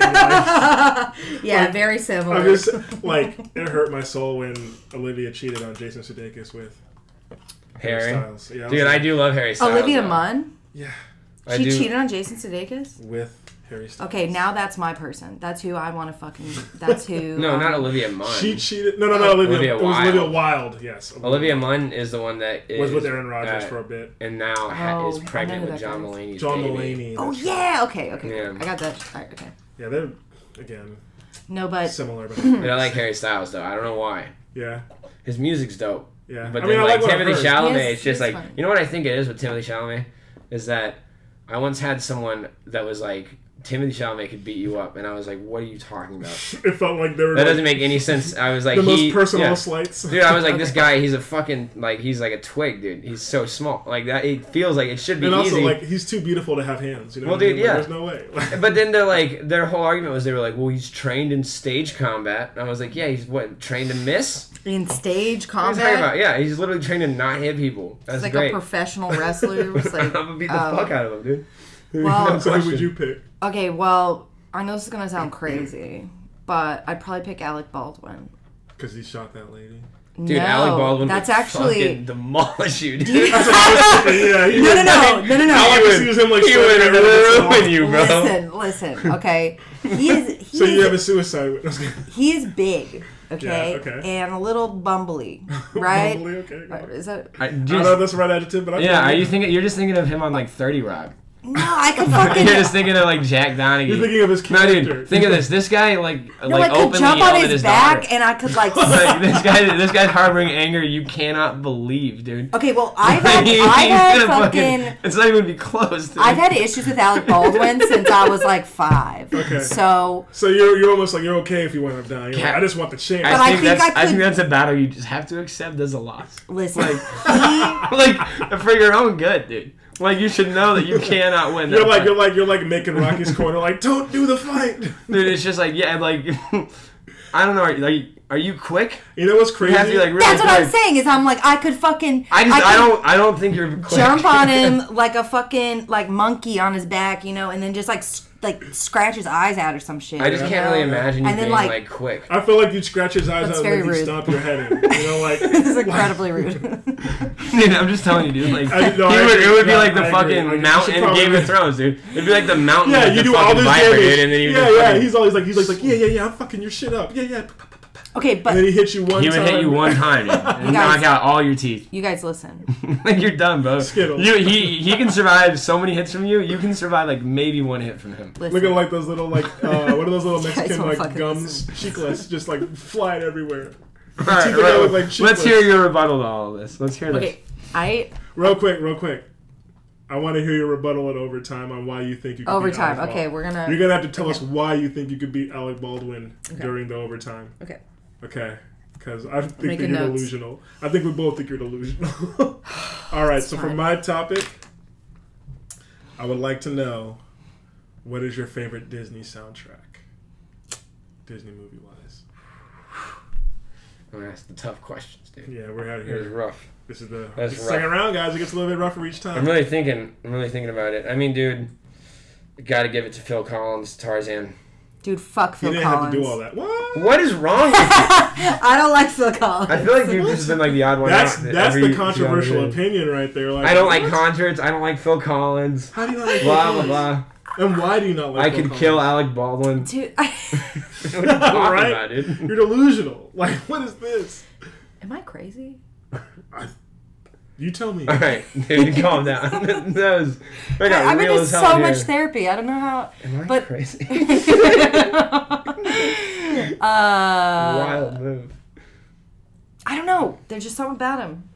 Speaker 1: And like, <laughs>
Speaker 2: <laughs> Yeah,
Speaker 1: Like,
Speaker 2: very similar.
Speaker 1: I'm just like it hurt my soul when Olivia cheated on Jason Sudeikis with Harry
Speaker 4: Harry,
Speaker 1: Styles. Yeah,
Speaker 4: dude,
Speaker 1: was
Speaker 4: I
Speaker 1: like,
Speaker 4: do love Harry.
Speaker 2: <laughs>
Speaker 4: Styles,
Speaker 2: Olivia
Speaker 4: though.
Speaker 2: Munn?
Speaker 1: Yeah,
Speaker 4: I
Speaker 2: she
Speaker 4: do-
Speaker 2: cheated on Jason Sudeikis?
Speaker 1: with Harry Styles.
Speaker 2: Okay, now that's my person. That's who I want to fucking. That's who.
Speaker 4: <laughs> No,
Speaker 2: um,
Speaker 4: not Olivia Munn.
Speaker 1: She cheated. No, no, no. Olivia. it
Speaker 4: Olivia
Speaker 1: was
Speaker 4: Wilde.
Speaker 1: Olivia Wilde. Yes.
Speaker 4: Olivia Munn is the one that is,
Speaker 1: was with Aaron Rodgers
Speaker 4: uh,
Speaker 1: for a bit.
Speaker 4: and now ha-
Speaker 2: Oh, I
Speaker 4: is
Speaker 2: know
Speaker 4: pregnant
Speaker 2: who that
Speaker 4: with John
Speaker 2: guy is.
Speaker 4: Mulaney's
Speaker 1: John
Speaker 4: baby.
Speaker 1: Mulaney.
Speaker 2: Oh, yeah. Okay, okay.
Speaker 4: Yeah.
Speaker 2: I got that. All right, okay.
Speaker 1: Yeah, they're again
Speaker 2: No, but. <laughs>
Speaker 1: similar, but
Speaker 4: Dude, I like Harry Styles though. I don't know why.
Speaker 1: yeah,
Speaker 4: His music's dope.
Speaker 1: yeah.
Speaker 4: But
Speaker 1: I mean,
Speaker 4: then,
Speaker 1: I like
Speaker 4: like,
Speaker 1: what I've
Speaker 4: Timothy
Speaker 1: heard.
Speaker 4: Chalamet,
Speaker 2: Yes,
Speaker 4: it's just
Speaker 2: yes,
Speaker 4: like
Speaker 2: fine.
Speaker 4: you know what I think it is with Timothy Chalamet is that I once had someone that was like Timothy Chalamet could beat you up, and I was like, what are you talking
Speaker 1: <laughs>
Speaker 4: about?
Speaker 1: It felt like they were
Speaker 4: That
Speaker 1: like,
Speaker 4: doesn't make any sense. I was like,
Speaker 1: the
Speaker 4: he-
Speaker 1: most personal
Speaker 4: yeah.
Speaker 1: slights.
Speaker 4: Dude, I
Speaker 1: <laughs>
Speaker 4: was like, this guy, he's a fucking like, he's like a twig, dude. He's so small, like that. It feels like it should be
Speaker 1: and also
Speaker 4: easy.
Speaker 1: like he's too beautiful to have hands. You know,
Speaker 4: Well,
Speaker 1: what I mean?
Speaker 4: dude,
Speaker 1: Like,
Speaker 4: yeah.
Speaker 1: there's no way. Like, <laughs>
Speaker 4: but then they're like, their whole argument was they were like, well, he's trained in stage combat. And I was like, yeah, he's what trained to miss?
Speaker 2: in stage
Speaker 4: What are you talking
Speaker 2: combat.
Speaker 4: about? Yeah, he's literally trained to not hit people. That's
Speaker 2: It's like
Speaker 4: great.
Speaker 2: a professional
Speaker 4: <laughs>
Speaker 2: wrestler. It's
Speaker 4: I'm
Speaker 2: like,
Speaker 4: gonna beat the
Speaker 2: um,
Speaker 4: fuck out of him, dude.
Speaker 2: well-
Speaker 4: <laughs> no
Speaker 1: so who would
Speaker 4: question.
Speaker 1: you pick?
Speaker 2: Okay, well, I know this is gonna sound crazy, but I'd probably pick Alec Baldwin.
Speaker 1: Because he shot that lady.
Speaker 4: Dude,
Speaker 2: no,
Speaker 4: Alec Baldwin
Speaker 2: That's
Speaker 4: would
Speaker 2: actually.
Speaker 4: fucking
Speaker 2: <laughs>
Speaker 4: demolish you, dude.
Speaker 1: <laughs>
Speaker 4: <laughs>
Speaker 1: yeah, <laughs> he
Speaker 2: No,
Speaker 1: was-
Speaker 2: no, no, no, no,
Speaker 1: All I
Speaker 2: no.
Speaker 1: could see was him like
Speaker 4: he would
Speaker 1: standing there with his
Speaker 4: ruin
Speaker 1: wall.
Speaker 4: you, bro.
Speaker 2: Listen, listen. Okay, he
Speaker 1: <laughs>
Speaker 2: is. He
Speaker 1: So
Speaker 2: is
Speaker 1: you have a suicide <laughs> witness.
Speaker 2: He is big, okay,
Speaker 1: Yeah, okay.
Speaker 2: and a little
Speaker 1: <laughs>
Speaker 2: bumbly, right?
Speaker 1: Probably, okay. go on.
Speaker 2: Is that
Speaker 4: I,
Speaker 1: I don't know if that's the right adjective, but I
Speaker 4: yeah,
Speaker 1: think
Speaker 4: are you thinking? You're just thinking of him on like Thirty
Speaker 2: <laughs>
Speaker 4: Rock.
Speaker 2: no? I
Speaker 4: <laughs>
Speaker 2: could
Speaker 4: You're
Speaker 2: fucking
Speaker 4: just thinking of like Jack Donaghy.
Speaker 1: you're thinking of his
Speaker 4: No,
Speaker 1: character.
Speaker 4: dude, think of this. This guy like
Speaker 2: no,
Speaker 4: like
Speaker 2: I could
Speaker 4: openly
Speaker 2: jump
Speaker 4: yelled
Speaker 2: on
Speaker 4: at
Speaker 2: his,
Speaker 4: his
Speaker 2: back,
Speaker 4: daughter.
Speaker 2: and I could like.
Speaker 4: <laughs> like this guy, this guy's harboring anger you cannot believe, dude.
Speaker 2: okay,
Speaker 4: <laughs>
Speaker 2: well, I've
Speaker 4: Like,
Speaker 2: had,
Speaker 4: he's
Speaker 2: I've had
Speaker 4: gonna
Speaker 2: fucking.
Speaker 4: It's not even be close. Dude.
Speaker 2: I've had issues with Alec Baldwin since I was like five.
Speaker 1: Okay.
Speaker 2: So
Speaker 1: So you're you're almost like you're okay if you wind up dying. You're like,
Speaker 4: Yeah.
Speaker 1: I just want the chance.
Speaker 2: But I
Speaker 4: I think,
Speaker 2: think
Speaker 4: that's,
Speaker 2: I
Speaker 4: I think
Speaker 2: could-
Speaker 4: that's a battle you just have to accept as a loss. <laughs>
Speaker 2: listen,
Speaker 4: like for your own good, dude. Like you should know that you cannot win.
Speaker 1: you're
Speaker 4: that
Speaker 1: like
Speaker 4: fight.
Speaker 1: you're like you're like making Rocky's corner. Like don't do the fight. <laughs>
Speaker 4: dude. It's just like yeah, like <laughs> I don't know. Are, like, are you quick?
Speaker 1: You know what's crazy?
Speaker 4: You have to be like really
Speaker 2: that's what I'm
Speaker 4: quick.
Speaker 2: saying is I'm like I could fucking
Speaker 4: I just I,
Speaker 2: could
Speaker 4: don't I don't think you're quick.
Speaker 2: jump on him like a fucking like monkey on his back, you know, and then just like s- like scratch his eyes out or some shit.
Speaker 4: <laughs> I just
Speaker 2: you
Speaker 4: can't
Speaker 2: know?
Speaker 4: really imagine you
Speaker 2: And then,
Speaker 4: being
Speaker 2: like-
Speaker 4: like, quick.
Speaker 1: I feel like you'd scratch his eyes
Speaker 2: That's
Speaker 1: out
Speaker 2: very
Speaker 1: and then
Speaker 2: rude.
Speaker 1: you'd stomp your head in. You know, like
Speaker 2: <laughs> this is incredibly rude. <laughs>
Speaker 4: <laughs> Dude, I'm just telling you, dude. Like
Speaker 1: <laughs> I- no,
Speaker 4: he
Speaker 1: I
Speaker 4: would-
Speaker 1: agree.
Speaker 4: it would be
Speaker 1: No,
Speaker 4: like the
Speaker 1: I agree. Like,
Speaker 4: fucking
Speaker 1: you should
Speaker 4: mountain in
Speaker 1: probably-
Speaker 4: Game of Thrones, dude. It'd be like the mountain.
Speaker 1: Yeah, you
Speaker 4: with the
Speaker 1: do all
Speaker 4: fucking
Speaker 1: this
Speaker 4: viper,
Speaker 1: damage.
Speaker 4: dude, and then you
Speaker 1: yeah,
Speaker 4: just
Speaker 1: yeah.
Speaker 4: fucking-
Speaker 1: He's always like, he's always like, yeah, yeah, yeah. I'm fucking your shit up. Yeah, yeah.
Speaker 2: Okay,
Speaker 1: And then
Speaker 2: but
Speaker 1: he hits you one
Speaker 4: He
Speaker 1: time.
Speaker 4: would hit you
Speaker 1: <laughs>
Speaker 4: one time, dude,
Speaker 2: guys-
Speaker 4: and knock out all your teeth. <laughs>
Speaker 2: you guys listen.
Speaker 4: like you're done, bro.
Speaker 1: Skittles.
Speaker 4: You he he can survive so many hits from you. You can survive like maybe one hit from him.
Speaker 2: Listen.
Speaker 1: Looking like those little like uh, what are those
Speaker 2: <laughs>
Speaker 1: little
Speaker 2: Guys
Speaker 1: Mexican
Speaker 2: won't
Speaker 1: like
Speaker 2: fucking
Speaker 1: gums, cheekless, just like flying everywhere.
Speaker 4: All right,
Speaker 1: teeth that go
Speaker 4: right,
Speaker 1: with, like,
Speaker 4: let's
Speaker 1: cheekbones.
Speaker 4: hear your rebuttal to all of this. Let's hear this.
Speaker 2: okay, I
Speaker 1: Real quick, real quick. I want to hear your rebuttal at overtime on why you think you could
Speaker 2: overtime.
Speaker 1: Beat Alec
Speaker 2: Okay,
Speaker 1: Baldwin.
Speaker 2: we're
Speaker 1: You're
Speaker 2: gonna.
Speaker 1: gonna have to tell us why you think you could beat Alec Baldwin during the overtime.
Speaker 2: Okay.
Speaker 1: Okay. Because I think
Speaker 2: Making
Speaker 1: that you're
Speaker 2: notes.
Speaker 1: delusional. I think we both think you're delusional. <laughs> All right. so for
Speaker 2: fine.
Speaker 1: my topic, I would like to know what is your favorite Disney soundtrack, Disney movie wise.
Speaker 4: I'm gonna ask the tough questions, dude.
Speaker 1: Yeah, we're out of
Speaker 4: It was
Speaker 1: here.
Speaker 4: rough.
Speaker 1: This is the,
Speaker 4: That's
Speaker 1: this is the second round, guys. It gets a little bit rougher each
Speaker 4: I'm
Speaker 1: time.
Speaker 4: really thinking. I'm really thinking about it. I mean, dude, got to give it to Phil Collins, Tarzan.
Speaker 2: Dude, fuck
Speaker 1: You
Speaker 2: Phil
Speaker 1: didn't
Speaker 2: Collins.
Speaker 1: have to do all that. What?
Speaker 4: What is wrong with you?
Speaker 2: <laughs> I don't like Phil Collins.
Speaker 4: I feel like you've just been like the odd one.
Speaker 1: That's
Speaker 4: out
Speaker 1: that's
Speaker 4: every
Speaker 1: the controversial
Speaker 4: genre.
Speaker 1: opinion right there. Like,
Speaker 4: I don't like
Speaker 1: what?
Speaker 4: concerts. I don't like Phil Collins.
Speaker 1: How do you not like
Speaker 4: Blah blah
Speaker 1: Phil Collins?
Speaker 4: blah.
Speaker 1: And why do you not like?
Speaker 4: I
Speaker 1: Phil
Speaker 4: could
Speaker 1: Collins?
Speaker 4: kill
Speaker 2: <laughs>
Speaker 4: Alec Baldwin.
Speaker 2: Dude,
Speaker 1: <laughs>
Speaker 4: what are you talking
Speaker 1: Right?
Speaker 4: about, dude?
Speaker 1: You're delusional. <laughs> Like, what is this?
Speaker 2: am I crazy?
Speaker 1: You tell me.
Speaker 4: <laughs> All right, dude,
Speaker 2: <laughs>
Speaker 4: calm down. <laughs> that was I got
Speaker 2: I, I've been
Speaker 4: real
Speaker 2: to
Speaker 4: as
Speaker 2: so
Speaker 4: hell here.
Speaker 2: much therapy. I don't know <laughs> how.
Speaker 4: Am I
Speaker 2: but- <laughs>
Speaker 4: crazy? <laughs>
Speaker 2: uh,
Speaker 4: Wild move.
Speaker 2: I don't know. There's just something about him.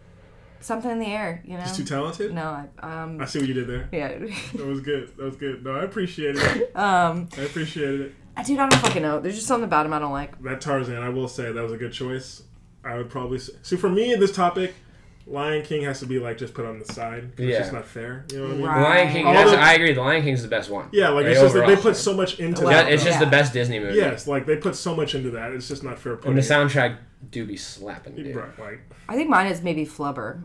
Speaker 2: Something in the air, you know.
Speaker 1: He's too talented.
Speaker 2: Um, No, I
Speaker 1: I
Speaker 2: um
Speaker 1: see what you did there.
Speaker 2: yeah. <laughs>
Speaker 1: That was good. That was good. No, I appreciate it.
Speaker 2: um
Speaker 1: I appreciated it.
Speaker 2: I dude, I don't fucking know. There's just something about him I don't like.
Speaker 1: That Tarzan, I will say, that was a good choice. I would probably say. See, for me, this topic, Lion King has to be like just put on the side. 'cause It's
Speaker 4: Yeah.
Speaker 1: just not fair. You know what I mean?
Speaker 2: Right.
Speaker 4: Lion King.
Speaker 1: All
Speaker 4: That's,
Speaker 1: the-
Speaker 4: I agree. The Lion King's the best one.
Speaker 1: Yeah, like it's just that they put so much into
Speaker 2: Well,
Speaker 4: Yeah,
Speaker 1: that.
Speaker 4: it's just
Speaker 2: Yeah.
Speaker 4: the best Disney movie.
Speaker 1: yes, like they put so much into that. It's just not fair.
Speaker 4: And
Speaker 1: Putting
Speaker 4: the soundtrack do be slapping,
Speaker 1: it,
Speaker 4: dude.
Speaker 1: right, like
Speaker 2: I think mine is maybe flubber.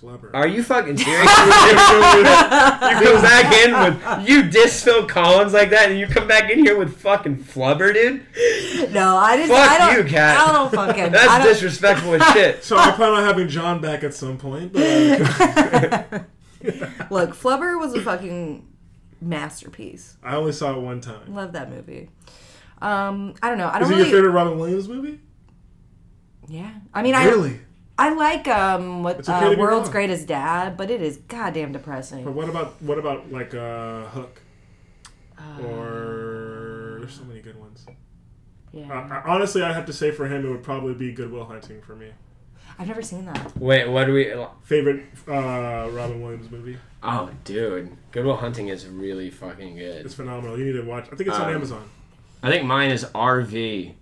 Speaker 1: flubber.
Speaker 4: Are you fucking serious? <laughs> you go back in with you diss Phil Collins like that, and you come back in here with fucking flubber, dude.
Speaker 2: No, I just
Speaker 4: Fuck
Speaker 2: I don't
Speaker 4: you, Kat.
Speaker 2: I don't <laughs>
Speaker 4: <laughs>
Speaker 2: fucking I
Speaker 4: That's
Speaker 2: don't,
Speaker 4: disrespectful as
Speaker 2: <laughs>
Speaker 4: shit.
Speaker 1: so I plan on having John back at some point. But, uh,
Speaker 2: Look, Flubber was a fucking masterpiece.
Speaker 1: I only saw it one time.
Speaker 2: Love that movie. Um, I don't know.
Speaker 1: Is
Speaker 2: I don't
Speaker 1: it
Speaker 2: really.
Speaker 1: your favorite Robin Williams movie?
Speaker 2: Yeah, I mean, I
Speaker 1: Really?
Speaker 2: I like um what
Speaker 1: It's okay to
Speaker 2: uh,
Speaker 1: be
Speaker 2: World's
Speaker 1: wrong.
Speaker 2: Greatest Dad, but it is goddamn
Speaker 1: But
Speaker 2: depressing.
Speaker 1: what about what about like uh, Hook or there's so many good ones. Uh,
Speaker 2: Yeah.
Speaker 1: I, honestly, I have to say for him, it would probably be Goodwill Hunting for me.
Speaker 2: I've never seen that.
Speaker 4: Wait, what do we?
Speaker 1: Favorite uh, Robin Williams movie?
Speaker 4: Oh, dude, Goodwill Hunting is really fucking good.
Speaker 1: It's phenomenal. You need to watch. I think it's on
Speaker 4: Um,
Speaker 1: Amazon.
Speaker 4: I think mine is <laughs> RV.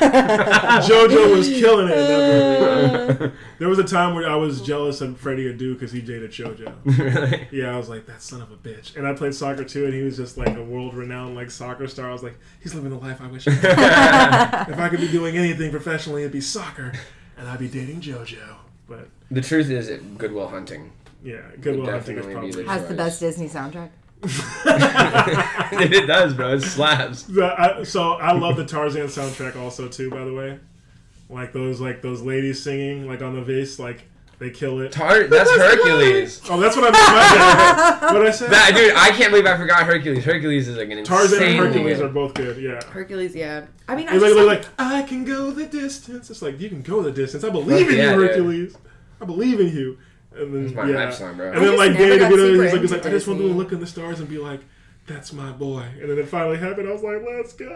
Speaker 1: JoJo was killing it in that
Speaker 4: <laughs>
Speaker 1: movie. There was a time where I was jealous of Freddie Adu because he dated JoJo.
Speaker 4: really?
Speaker 1: Yeah, I was like, that son of a bitch. And I played soccer too, and he was just like a world renowned like soccer star. I was like, he's living the life I wish I could. if I could be doing anything professionally, it'd be soccer, and I'd be dating JoJo. But
Speaker 4: The truth is, it
Speaker 2: <laughs>
Speaker 4: Goodwill Hunting.
Speaker 1: yeah, good
Speaker 4: Would
Speaker 1: one. I think it's
Speaker 4: definitely
Speaker 1: probably.
Speaker 4: be the-
Speaker 2: Has the best Disney soundtrack.
Speaker 4: it does, bro. It slaps.
Speaker 1: <laughs> The- I- so I love the Tarzan soundtrack also too. By the way, like those like those ladies singing like on the vase, like they kill it.
Speaker 4: Tar- that's Hercules.
Speaker 1: Oh, that's what I meant. what I said.
Speaker 4: That dude, I can't believe I forgot Hercules. Hercules is like an insane.
Speaker 1: Tarzan and Hercules
Speaker 4: movie.
Speaker 1: are both good. Yeah.
Speaker 2: Hercules, yeah. I mean, I
Speaker 1: It's like,
Speaker 2: just
Speaker 1: like,
Speaker 2: like,
Speaker 1: like, I can go the distance. It's like you can go the distance. I believe in you,
Speaker 4: yeah, dude.
Speaker 1: Hercules. I believe in you. And then
Speaker 4: It's my
Speaker 1: yeah,
Speaker 4: life song, bro.
Speaker 1: and then
Speaker 2: just
Speaker 1: like
Speaker 2: never
Speaker 1: Danny
Speaker 2: got
Speaker 1: DeVito,
Speaker 2: super
Speaker 1: he's like, he's like,
Speaker 2: into
Speaker 1: I just want them to
Speaker 2: Disney.
Speaker 1: look in the stars and be like, that's my boy. And then it finally happened. I was like, let's
Speaker 4: <laughs>
Speaker 1: go.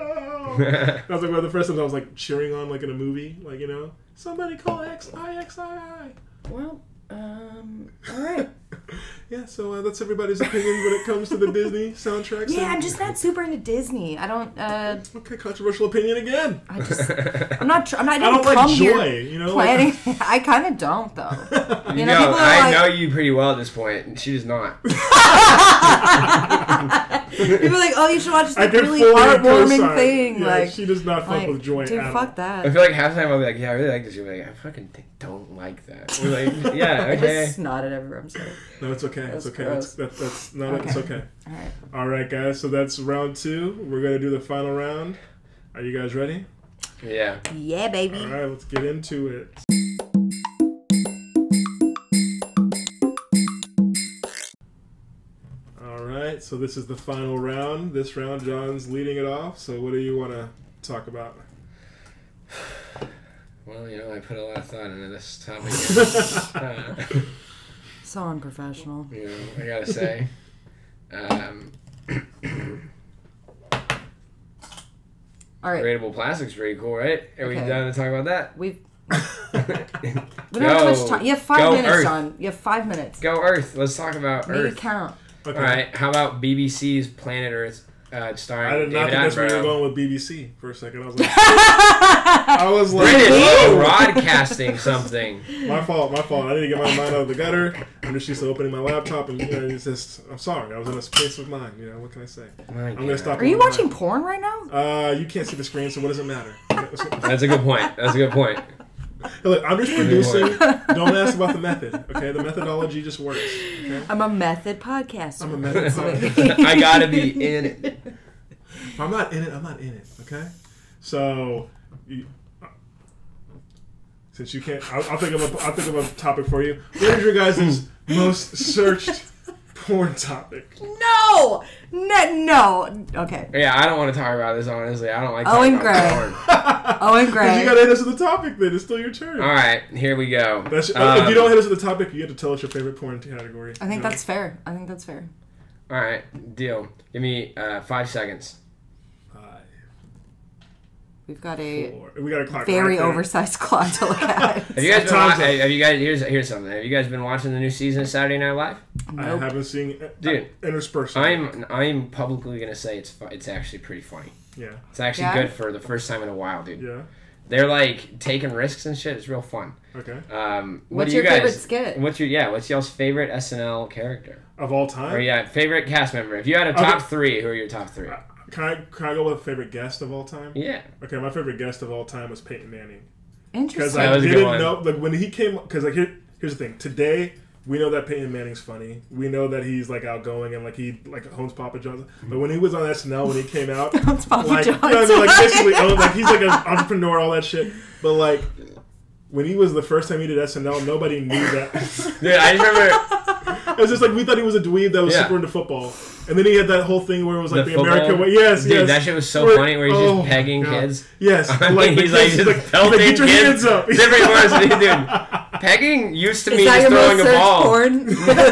Speaker 1: And I was like, well, the first time I was like cheering on like in a movie, like you know, somebody call X I X I I.
Speaker 2: well, um, all right.
Speaker 1: <laughs> Yeah, so uh, that's everybody's opinion when it comes to the Disney soundtracks.
Speaker 2: Yeah,
Speaker 1: and-
Speaker 2: I'm just not super into Disney. I don't. Uh,
Speaker 1: okay. Controversial opinion again.
Speaker 2: I
Speaker 1: <laughs>
Speaker 4: <laughs>
Speaker 2: just. I'm not. Tr- I'm not. I
Speaker 1: I
Speaker 2: didn't
Speaker 1: don't
Speaker 2: come
Speaker 1: like joy.
Speaker 2: here
Speaker 1: You know, <laughs> like-
Speaker 2: planning. <laughs> I kind of don't though. <laughs>
Speaker 4: You
Speaker 2: know,
Speaker 4: know,
Speaker 2: people are
Speaker 4: I
Speaker 2: like-
Speaker 4: know you pretty well at this point, and she
Speaker 2: <laughs>
Speaker 4: does not.
Speaker 2: People are like, oh, you should watch this
Speaker 1: I
Speaker 2: like,
Speaker 1: can
Speaker 2: really
Speaker 1: fully
Speaker 2: heartwarming
Speaker 1: co-sign.
Speaker 2: thing.
Speaker 1: Yeah,
Speaker 2: like,
Speaker 1: she does not fuck
Speaker 2: like,
Speaker 1: with joy
Speaker 2: dude,
Speaker 1: at
Speaker 2: fuck
Speaker 1: all. <laughs>
Speaker 2: that.
Speaker 4: I feel like half the time I'll be like, yeah, I really like this. You'll be like, I fucking th- don't like that. We're
Speaker 2: <laughs>
Speaker 4: like, yeah,
Speaker 2: I
Speaker 4: okay.
Speaker 2: just snotted everywhere. I'm sorry.
Speaker 1: No, it's okay. It's
Speaker 2: That's
Speaker 1: okay. That's,
Speaker 2: gross.
Speaker 1: that, that's not. It's
Speaker 2: Okay.
Speaker 1: okay.
Speaker 2: All right.
Speaker 1: All right, guys. So that's round two. We're gonna do the final round. Are you guys ready?
Speaker 4: <laughs> Yeah.
Speaker 2: Yeah, baby.
Speaker 1: All right, let's get into it. All right. So this is the final round. This round, John's leading it off. So what do you want to talk
Speaker 4: <laughs>
Speaker 1: about? <laughs>
Speaker 4: Well, you know, I put a lot of thought into this
Speaker 2: <laughs>
Speaker 4: topic. uh,
Speaker 2: So unprofessional.
Speaker 4: you know, I gotta say. Um, <clears throat>
Speaker 2: All right.
Speaker 4: Gradable plastic's pretty cool, right? Are we
Speaker 2: Okay.
Speaker 4: done to talk about that?
Speaker 2: We've we don't have
Speaker 4: go,
Speaker 2: much time. You have five
Speaker 4: go
Speaker 2: minutes,
Speaker 4: Earth.
Speaker 2: John. You have five minutes.
Speaker 4: Go Earth. Let's talk about
Speaker 2: Make
Speaker 4: Earth.
Speaker 2: it count.
Speaker 1: Okay.
Speaker 4: All right. How about BBC's Planet Earth, uh, starring
Speaker 1: I did not
Speaker 4: David
Speaker 1: think that's where you were
Speaker 4: Attenborough?
Speaker 1: going with BBC for a second. I was like, I was like,
Speaker 4: British
Speaker 1: oh,
Speaker 4: broadcasting something.
Speaker 2: <laughs>
Speaker 1: my fault, my fault. I need to get my mind out of the gutter. I'm just used to opening my laptop, and you know, it's just, I'm sorry. I was in a space of mind. You know, what can I say? I'm gonna stop.
Speaker 4: Oh
Speaker 2: Are you watching porn right now?
Speaker 1: Uh, you can't see the screen, so what does it matter? <laughs>
Speaker 4: That's a good point. That's a good point.
Speaker 1: Look, I'm just
Speaker 4: <laughs>
Speaker 1: producing. Don't ask about the method. Okay, the methodology just works. Okay?
Speaker 2: I'm a method podcaster.
Speaker 1: I'm a
Speaker 2: <laughs>
Speaker 1: method. podcast.
Speaker 4: <laughs> I gotta be in it.
Speaker 1: If I'm not in it, I'm not in it. Okay, so you, uh, since you can't, I'll, I'll think of a I'll think of a topic for you. What is your
Speaker 4: <laughs>
Speaker 1: guys' most searched porn topic?
Speaker 2: No, no, no. Okay,
Speaker 4: Yeah, I don't want to talk about this honestly. I don't like.
Speaker 2: Owen
Speaker 4: talking
Speaker 2: Gray.
Speaker 4: about porn.
Speaker 2: Owen
Speaker 1: Because you
Speaker 2: Gray.
Speaker 1: gotta hit us with the topic, then it's still your turn.
Speaker 4: All right, here we go.
Speaker 1: That's, if
Speaker 4: Um,
Speaker 1: you don't hit us with the topic, you have to tell us your favorite porn category.
Speaker 2: I think
Speaker 1: You know?
Speaker 2: that's fair. I think that's fair.
Speaker 4: All right, deal. Give me uh, five seconds.
Speaker 1: Five,
Speaker 2: We've got a
Speaker 1: four. We got a clock.
Speaker 2: very
Speaker 1: right there.
Speaker 2: oversized clock to look at.
Speaker 4: Have you guys been?
Speaker 1: Time's
Speaker 4: wa-
Speaker 1: up.
Speaker 4: have you guys? Here's here's something. Have you guys been watching the new season of Saturday Night Live?
Speaker 1: I
Speaker 2: Nope.
Speaker 1: haven't seen uh,
Speaker 4: Dude.
Speaker 1: interspersed.
Speaker 4: I'm I'm publicly gonna say it's fu- it's actually pretty funny.
Speaker 1: yeah,
Speaker 4: It's actually
Speaker 2: Yeah?
Speaker 4: good for the first time in a while, dude.
Speaker 1: yeah.
Speaker 4: They're like taking risks and shit. It's real fun.
Speaker 1: Okay,
Speaker 4: Um, what
Speaker 2: What's
Speaker 4: do you
Speaker 2: your
Speaker 4: guys,
Speaker 2: favorite skit?
Speaker 4: What's your yeah? What's y'all's favorite SNL character?
Speaker 1: of all time.
Speaker 4: Or yeah, favorite cast member. If you had a top three, who are your top three?
Speaker 1: Can I can I go with favorite guest of all time?
Speaker 4: Yeah.
Speaker 1: Okay, my favorite guest of all time was Peyton Manning. Because
Speaker 2: Interesting.
Speaker 1: I
Speaker 4: That was a good
Speaker 1: didn't
Speaker 4: one.
Speaker 1: know, like when he came, because like here, here's the thing. Today we know that Peyton Manning's funny. We know that he's like outgoing and like he like owns Papa John's. But when he was on SNL, when he came out,
Speaker 2: Owns <laughs> Papa
Speaker 1: like you know what I
Speaker 2: John's.
Speaker 1: mean? like
Speaker 2: <laughs>
Speaker 1: basically owned, like he's like an entrepreneur, all that shit. But like when he was the first time he did SNL, nobody knew that.
Speaker 4: Dude, I just
Speaker 1: <laughs>
Speaker 4: remember
Speaker 1: It was just like we thought he was a dweeb that was
Speaker 4: Yeah.
Speaker 1: super into football, and then he had that whole thing where it was like
Speaker 4: The
Speaker 1: the, American
Speaker 4: football?
Speaker 1: way. Yes,
Speaker 4: Dude,
Speaker 1: yes. oh
Speaker 4: that shit was so funny where he's just pegging kids.
Speaker 1: Yes,
Speaker 4: <laughs> like,
Speaker 1: the
Speaker 4: he's like
Speaker 1: kids,
Speaker 4: just
Speaker 1: he's like,
Speaker 4: pelting
Speaker 1: get your
Speaker 4: kids.
Speaker 1: hands up. <laughs>
Speaker 4: Different words, dude. Pegging used to
Speaker 2: Is
Speaker 4: mean
Speaker 2: that
Speaker 4: just
Speaker 2: your most
Speaker 4: throwing a
Speaker 2: searched
Speaker 4: ball.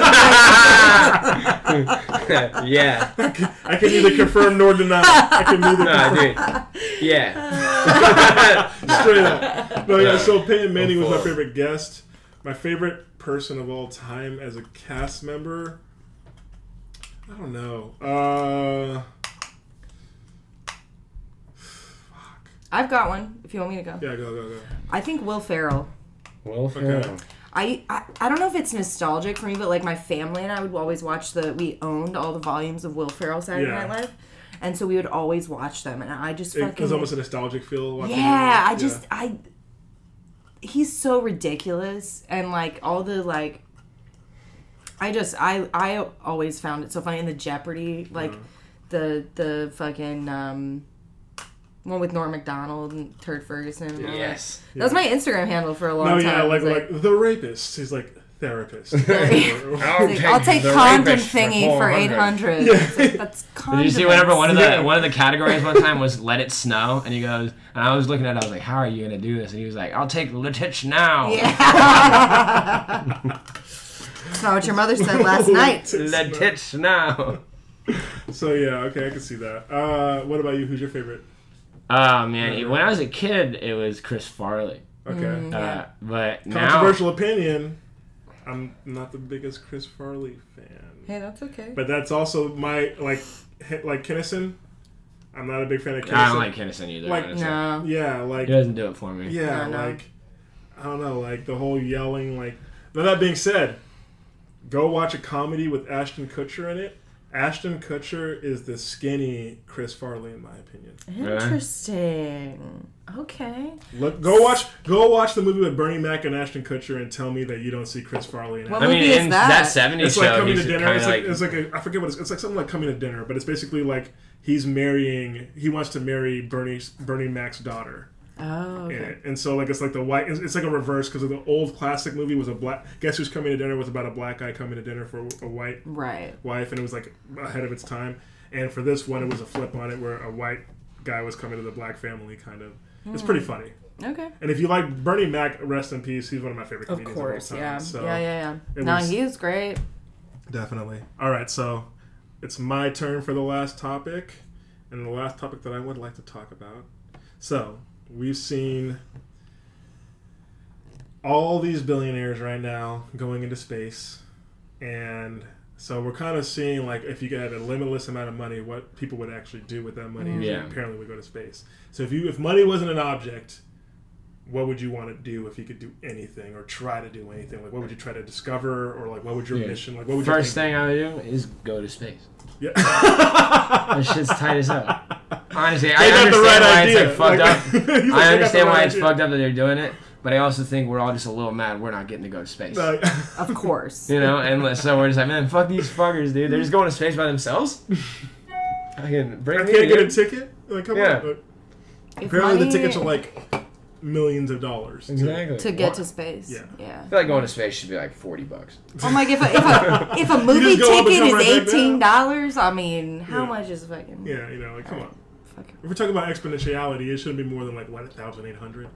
Speaker 4: Ah!
Speaker 2: porn?
Speaker 4: yeah. <laughs>
Speaker 1: I can neither confirm nor deny. I can neither.
Speaker 4: <laughs> Nah,
Speaker 1: confirm.
Speaker 2: <laughs>
Speaker 4: dude. Yeah.
Speaker 1: Straight up. No, yeah. So Peyton Manning was my
Speaker 4: full.
Speaker 1: favorite guest. My favorite person of all time as a cast member. I don't know. Uh,
Speaker 2: <laughs> I've got one. If you want me to go,
Speaker 1: yeah, go go go.
Speaker 2: I think Will Ferrell.
Speaker 4: Will Ferrell.
Speaker 2: I, I I don't know if it's nostalgic for me, but like my family and I would always watch the. We owned all the volumes of Will Ferrell Saturday
Speaker 1: Yeah.
Speaker 2: Night Live, and so we would always watch them. And I just
Speaker 1: It
Speaker 2: fucking
Speaker 1: was almost a nostalgic feel. watching
Speaker 2: yeah.
Speaker 1: it.
Speaker 2: I just I. He's so ridiculous, and like all the like. I just I I always found it so funny in the Jeopardy like, the the fucking um, one with Norm Macdonald and Turd Ferguson. and all that.
Speaker 4: Yes.
Speaker 2: That was my Instagram handle for a long
Speaker 1: No,
Speaker 2: time.
Speaker 1: Oh, yeah,
Speaker 2: It
Speaker 1: like
Speaker 2: was
Speaker 1: like the rapist. He's like therapist. <laughs> yeah.
Speaker 4: I'll
Speaker 2: It's like, I'll take condom thingy for eight hundred.
Speaker 1: Yeah.
Speaker 2: That's condom.
Speaker 4: <laughs> Did you see whenever one of the
Speaker 1: Yeah.
Speaker 4: <laughs> one of the categories one time was let it snow and he goes and I was looking at it I was like how are you gonna do this and he was like I'll take let it snow
Speaker 2: Yeah. That's not what your
Speaker 1: <laughs>
Speaker 2: mother said <laughs> last night.
Speaker 4: let it snow
Speaker 1: So yeah, okay, I can see that. Uh, what about you? Who's your favorite?
Speaker 4: <laughs> oh man when I was a kid it was Chris Farley
Speaker 1: Okay.
Speaker 2: Mm.
Speaker 4: uh, but now
Speaker 1: Controversial opinion. I'm not the biggest Chris Farley fan,
Speaker 2: Hey, that's okay.
Speaker 1: but that's also my like hi- like Kinnison. I'm not a big fan of Kinnison.
Speaker 4: I don't like Kinnison either
Speaker 1: Like-
Speaker 4: honestly.
Speaker 2: No.
Speaker 1: yeah, like
Speaker 4: he doesn't do it for me
Speaker 1: yeah,
Speaker 2: No, no.
Speaker 1: like I don't know, like the whole yelling. Like now that being said, go watch a comedy with Ashton Kutcher in it. Ashton Kutcher is the skinny Chris Farley, in my opinion.
Speaker 2: Interesting. Okay.
Speaker 1: Look, go watch, go watch the movie with Bernie Mac and Ashton Kutcher, and tell me that you don't see Chris Farley in it.
Speaker 2: What
Speaker 4: I mean
Speaker 2: movie is
Speaker 4: in
Speaker 2: that?
Speaker 4: that seventies
Speaker 1: It's like
Speaker 4: show
Speaker 1: coming to
Speaker 4: he's kind
Speaker 1: dinner.
Speaker 4: of
Speaker 1: It's like,
Speaker 4: like
Speaker 1: it's like a, I forget what it's, it's like something like coming to dinner, but it's basically like he's marrying. He wants to marry Bernie's Bernie Mac's daughter
Speaker 2: Oh.
Speaker 1: in
Speaker 2: Okay.
Speaker 1: it, and so like it's like the white. It's, it's like a reverse because the old classic movie was a black. Guess who's coming to dinner was about a black guy coming to dinner for a white
Speaker 2: Right.
Speaker 1: wife, and it was like ahead of its time. And for this one, it was a flip on it where a white guy was coming to the black family, kind of. It's pretty
Speaker 2: Hmm.
Speaker 1: funny.
Speaker 2: Okay.
Speaker 1: And if you like Bernie Mac, rest in peace. He's one of my favorite
Speaker 2: Of
Speaker 1: comedians of,
Speaker 2: course.
Speaker 1: all time.
Speaker 2: Yeah.
Speaker 1: So
Speaker 2: yeah. Yeah. Yeah.
Speaker 1: it
Speaker 2: No,
Speaker 1: was-
Speaker 2: he is great.
Speaker 1: Definitely. All right, so it's my turn for the last topic, and the last topic that I would like to talk about. So we've seen all these billionaires right now going into space, and so we're kind of seeing like if you had a limitless amount of money, what people would actually do with that money. And
Speaker 4: Mm-hmm. Yeah.
Speaker 1: Apparently, we go to space. So if you if money wasn't an object. What would you want to do if you could do anything or try to do anything? Like, what would you try to discover, or like, what would your
Speaker 4: Yeah.
Speaker 1: mission? Like, what would your
Speaker 4: first thing I would do is go to space
Speaker 1: Yeah.
Speaker 4: That shit's tight as hell.
Speaker 1: <laughs>
Speaker 4: honestly I
Speaker 1: They got
Speaker 4: understand
Speaker 1: the right
Speaker 4: why
Speaker 1: idea.
Speaker 4: it's like fucked up
Speaker 1: Like, <laughs> he's like,
Speaker 4: I
Speaker 1: they got
Speaker 4: understand
Speaker 1: the
Speaker 4: why
Speaker 1: right
Speaker 4: it's
Speaker 1: idea.
Speaker 4: fucked up that they're doing it, but I also think we're all just a little mad we're not getting to go to space.
Speaker 1: Like, <laughs>
Speaker 2: Of course.
Speaker 4: You know, and like, so we're just like, man, fuck these fuckers, dude. They're just going to space by
Speaker 1: <laughs>
Speaker 4: themselves. I can bring
Speaker 1: I
Speaker 4: me,
Speaker 1: can't get a
Speaker 4: dude.
Speaker 1: ticket. Like, come
Speaker 4: Yeah.
Speaker 1: on. Like,
Speaker 2: If
Speaker 1: apparently,
Speaker 2: money-
Speaker 1: the tickets are like millions of dollars.
Speaker 4: Exactly.
Speaker 2: to get
Speaker 4: Why-
Speaker 2: to space.
Speaker 1: Yeah.
Speaker 2: Yeah.
Speaker 1: <laughs>
Speaker 4: I feel like going to space should be like forty bucks.
Speaker 2: I'm like, if a, if a, if a movie
Speaker 1: just go up and
Speaker 2: ticket
Speaker 1: come
Speaker 2: is
Speaker 1: right back
Speaker 2: eighteen dollars, I mean, how
Speaker 1: Yeah.
Speaker 2: much is fucking?
Speaker 1: Yeah, you know, like, come on.
Speaker 2: fucking
Speaker 1: If we're talking about exponentiality, it shouldn't be more than like what thousand eight hundred.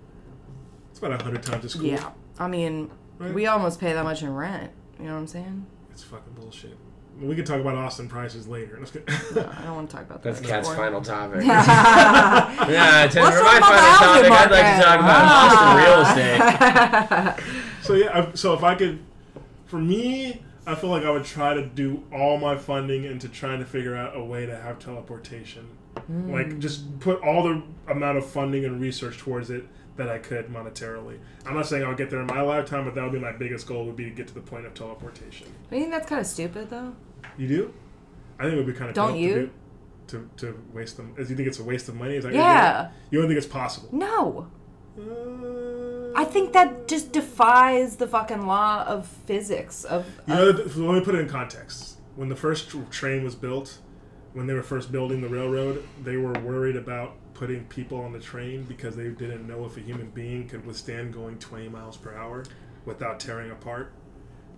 Speaker 1: It's about hundred times as cool.
Speaker 2: yeah. I mean,
Speaker 1: Right?
Speaker 2: we almost pay that much in rent. You know what I'm saying?
Speaker 1: It's fucking bullshit. We can talk about Austin prices later. Let's get-
Speaker 2: I don't want to talk about that.
Speaker 4: That's Cat's
Speaker 2: anymore. <laughs>
Speaker 4: final topic. yeah, <laughs>
Speaker 2: yeah,
Speaker 4: Tim, for my
Speaker 2: Let's
Speaker 4: final
Speaker 2: talk about the housing
Speaker 4: topic, I'd like to
Speaker 2: market.
Speaker 4: talk about Austin real
Speaker 1: <laughs>
Speaker 2: Ah.
Speaker 4: estate.
Speaker 1: So yeah, I, so if I could, for me, I feel like I would try to do all my funding into trying to figure out a way to have teleportation.
Speaker 2: Hmm.
Speaker 1: Like just put all the amount of funding and research towards it that I could monetarily. I'm not saying I'll get there in my lifetime, but that would be my biggest goal would be to get to the point of teleportation.
Speaker 2: <laughs> you think that's kind of stupid though?
Speaker 1: You do? I think it would be kind of
Speaker 2: Don't
Speaker 1: dope
Speaker 2: you?
Speaker 1: To, do, to, to waste them. Do you think it's a waste of money? Is that
Speaker 2: Yeah.
Speaker 1: You don't think it's possible?
Speaker 2: No,
Speaker 1: Uh,
Speaker 2: I think that just defies the fucking law of physics. Of, uh,
Speaker 1: You know, th- let me put it in context. When the first tr- train was built, when they were first building the railroad, they were worried about putting people on the train because they didn't know if a human being could withstand going 20 miles per hour without tearing apart.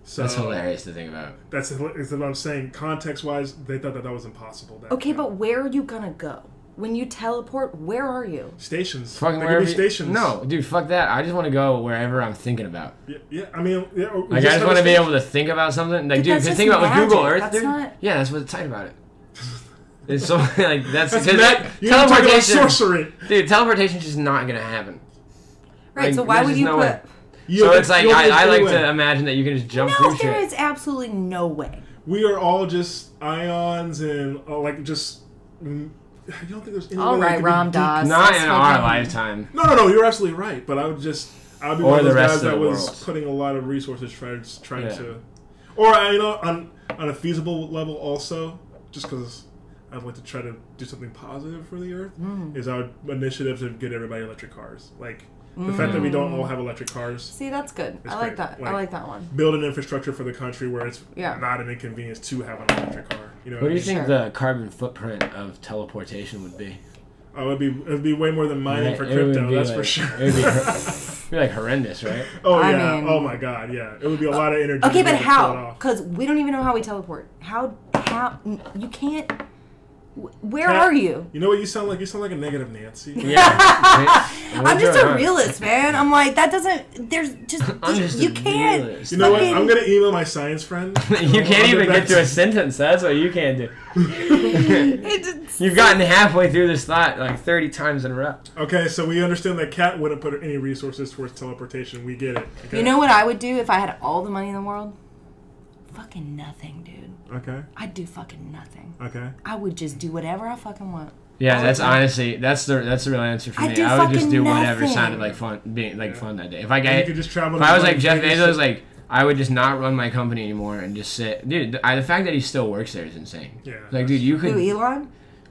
Speaker 1: So
Speaker 4: That's hilarious to think about.
Speaker 1: That's, hila- is what I'm saying. Context wise, they thought that that was impossible. That
Speaker 2: okay, but where are you gonna go when you teleport? Where are you?
Speaker 1: stations.
Speaker 4: Fucking
Speaker 1: there could
Speaker 4: wherever.
Speaker 1: be
Speaker 4: you-
Speaker 1: stations.
Speaker 4: No, dude, fuck that. I just want to go wherever I'm thinking about.
Speaker 1: Yeah, yeah, I mean, yeah, or
Speaker 4: Like I just
Speaker 1: have
Speaker 4: want
Speaker 1: a
Speaker 4: to be
Speaker 1: station.
Speaker 4: able to think about something. Like,
Speaker 2: But
Speaker 4: dude,
Speaker 2: that's
Speaker 4: if you
Speaker 2: just
Speaker 4: think about with Google
Speaker 2: magic.
Speaker 4: Earth,
Speaker 2: That's
Speaker 1: <laughs>
Speaker 4: dude.
Speaker 2: not-
Speaker 4: Yeah, that's what's tight about it. It's so <laughs> like that's,
Speaker 1: That's
Speaker 4: because
Speaker 1: Matt.
Speaker 4: that-
Speaker 1: you talk about
Speaker 4: teleportation,
Speaker 1: sorcery.
Speaker 4: dude. Teleportation's just not gonna happen.
Speaker 2: Right,
Speaker 4: Like,
Speaker 2: so why
Speaker 4: there's
Speaker 2: would
Speaker 4: just
Speaker 2: you
Speaker 4: no
Speaker 2: put.
Speaker 4: way.
Speaker 1: You-
Speaker 4: so it's like
Speaker 1: you'll
Speaker 4: I,
Speaker 1: just
Speaker 4: I
Speaker 1: do
Speaker 4: like
Speaker 1: it.
Speaker 4: to imagine that you can just jump
Speaker 2: No,
Speaker 4: through
Speaker 2: there
Speaker 4: shit.
Speaker 2: is absolutely no way.
Speaker 1: we are all just ions and uh, like just. mm, I don't think there's any
Speaker 2: All
Speaker 1: way that
Speaker 2: right,
Speaker 1: could be
Speaker 2: Ram
Speaker 1: deep-
Speaker 2: Dass.
Speaker 4: Not
Speaker 2: that's
Speaker 4: in our
Speaker 2: fucking-
Speaker 4: lifetime.
Speaker 1: No, no, no. You're absolutely right. But I would just, I would be
Speaker 4: Or
Speaker 1: one of
Speaker 4: the
Speaker 1: those
Speaker 4: rest
Speaker 1: guys
Speaker 4: of
Speaker 1: that
Speaker 4: the
Speaker 1: was
Speaker 4: world.
Speaker 1: putting a lot of resources trying, trying
Speaker 4: Yeah.
Speaker 1: to, or I you know on on a feasible level also, just because I'd like to try to do something positive for the earth
Speaker 2: Mm.
Speaker 1: is our initiative to get everybody electric cars. Like the fact
Speaker 2: Mm.
Speaker 1: that we don't all have electric cars.
Speaker 2: See, that's good.
Speaker 1: It's
Speaker 2: I
Speaker 1: great.
Speaker 2: like that. I
Speaker 1: Like-
Speaker 2: like that one.
Speaker 1: Build an infrastructure for the country where it's
Speaker 2: Yeah.
Speaker 1: not an inconvenience to have an electric car. You know, what
Speaker 4: What
Speaker 1: I
Speaker 4: do you
Speaker 1: mean?
Speaker 4: think
Speaker 2: Sure.
Speaker 4: the carbon footprint of teleportation would be?
Speaker 1: I would be Oh, it'd be way more than mining
Speaker 4: Right,
Speaker 1: for
Speaker 4: it would
Speaker 1: crypto.
Speaker 4: be
Speaker 1: That's
Speaker 4: like-
Speaker 1: for sure.
Speaker 4: it would
Speaker 1: <laughs>
Speaker 4: be It'd be like horrendous, right?
Speaker 1: oh
Speaker 2: I
Speaker 1: yeah.
Speaker 2: mean- uh,
Speaker 1: oh my god. Yeah. It would be a lot of energy. to
Speaker 2: Okay,
Speaker 1: be
Speaker 2: but
Speaker 1: able to pull it
Speaker 2: how?
Speaker 1: off.
Speaker 2: Because we don't even know how we teleport. How? How? You can't. wh- Where
Speaker 1: Can't-
Speaker 2: are you?
Speaker 1: You know what you sound like? You sound like a negative Nancy.
Speaker 4: Yeah.
Speaker 2: <laughs>
Speaker 4: right? <laughs>
Speaker 2: I'm
Speaker 4: What's
Speaker 2: just a
Speaker 4: going on?
Speaker 2: realist, man. I'm like that doesn't. There's just
Speaker 4: <laughs> I'm just
Speaker 2: you
Speaker 4: a
Speaker 2: can't.
Speaker 4: realist.
Speaker 1: You know what?
Speaker 2: fucking-
Speaker 1: I'm gonna email my science friend.
Speaker 4: you
Speaker 1: I'll
Speaker 4: can't even
Speaker 1: back
Speaker 4: get
Speaker 1: to
Speaker 4: to a sentence. That's what you can't do.
Speaker 2: <laughs> It's-
Speaker 4: You've gotten halfway through this thought like 30 times in a row.
Speaker 1: Okay, so we understand that Kat wouldn't put any resources towards teleportation. We get it. Okay.
Speaker 2: You know what I would do if I had all the money in the world? Fucking nothing, dude.
Speaker 1: Okay.
Speaker 2: I'd do fucking nothing.
Speaker 1: Okay.
Speaker 2: I would just do whatever I fucking want.
Speaker 4: Yeah, that's honestly that's the that's the real answer for
Speaker 2: I
Speaker 4: me.
Speaker 2: do
Speaker 4: I would just
Speaker 2: fucking
Speaker 4: do whatever
Speaker 2: nothing.
Speaker 4: sounded like fun, being like fun that day. If I
Speaker 1: And
Speaker 4: got,
Speaker 1: you could just travel.
Speaker 4: if
Speaker 1: to
Speaker 4: I was like
Speaker 1: Las
Speaker 4: Jeff
Speaker 1: Vegas.
Speaker 4: Bezos, like I would just not run my company anymore and just sit. Dude, I, the fact that he still works there is insane.
Speaker 1: Yeah.
Speaker 4: Like, dude, you could
Speaker 2: Who, Elon?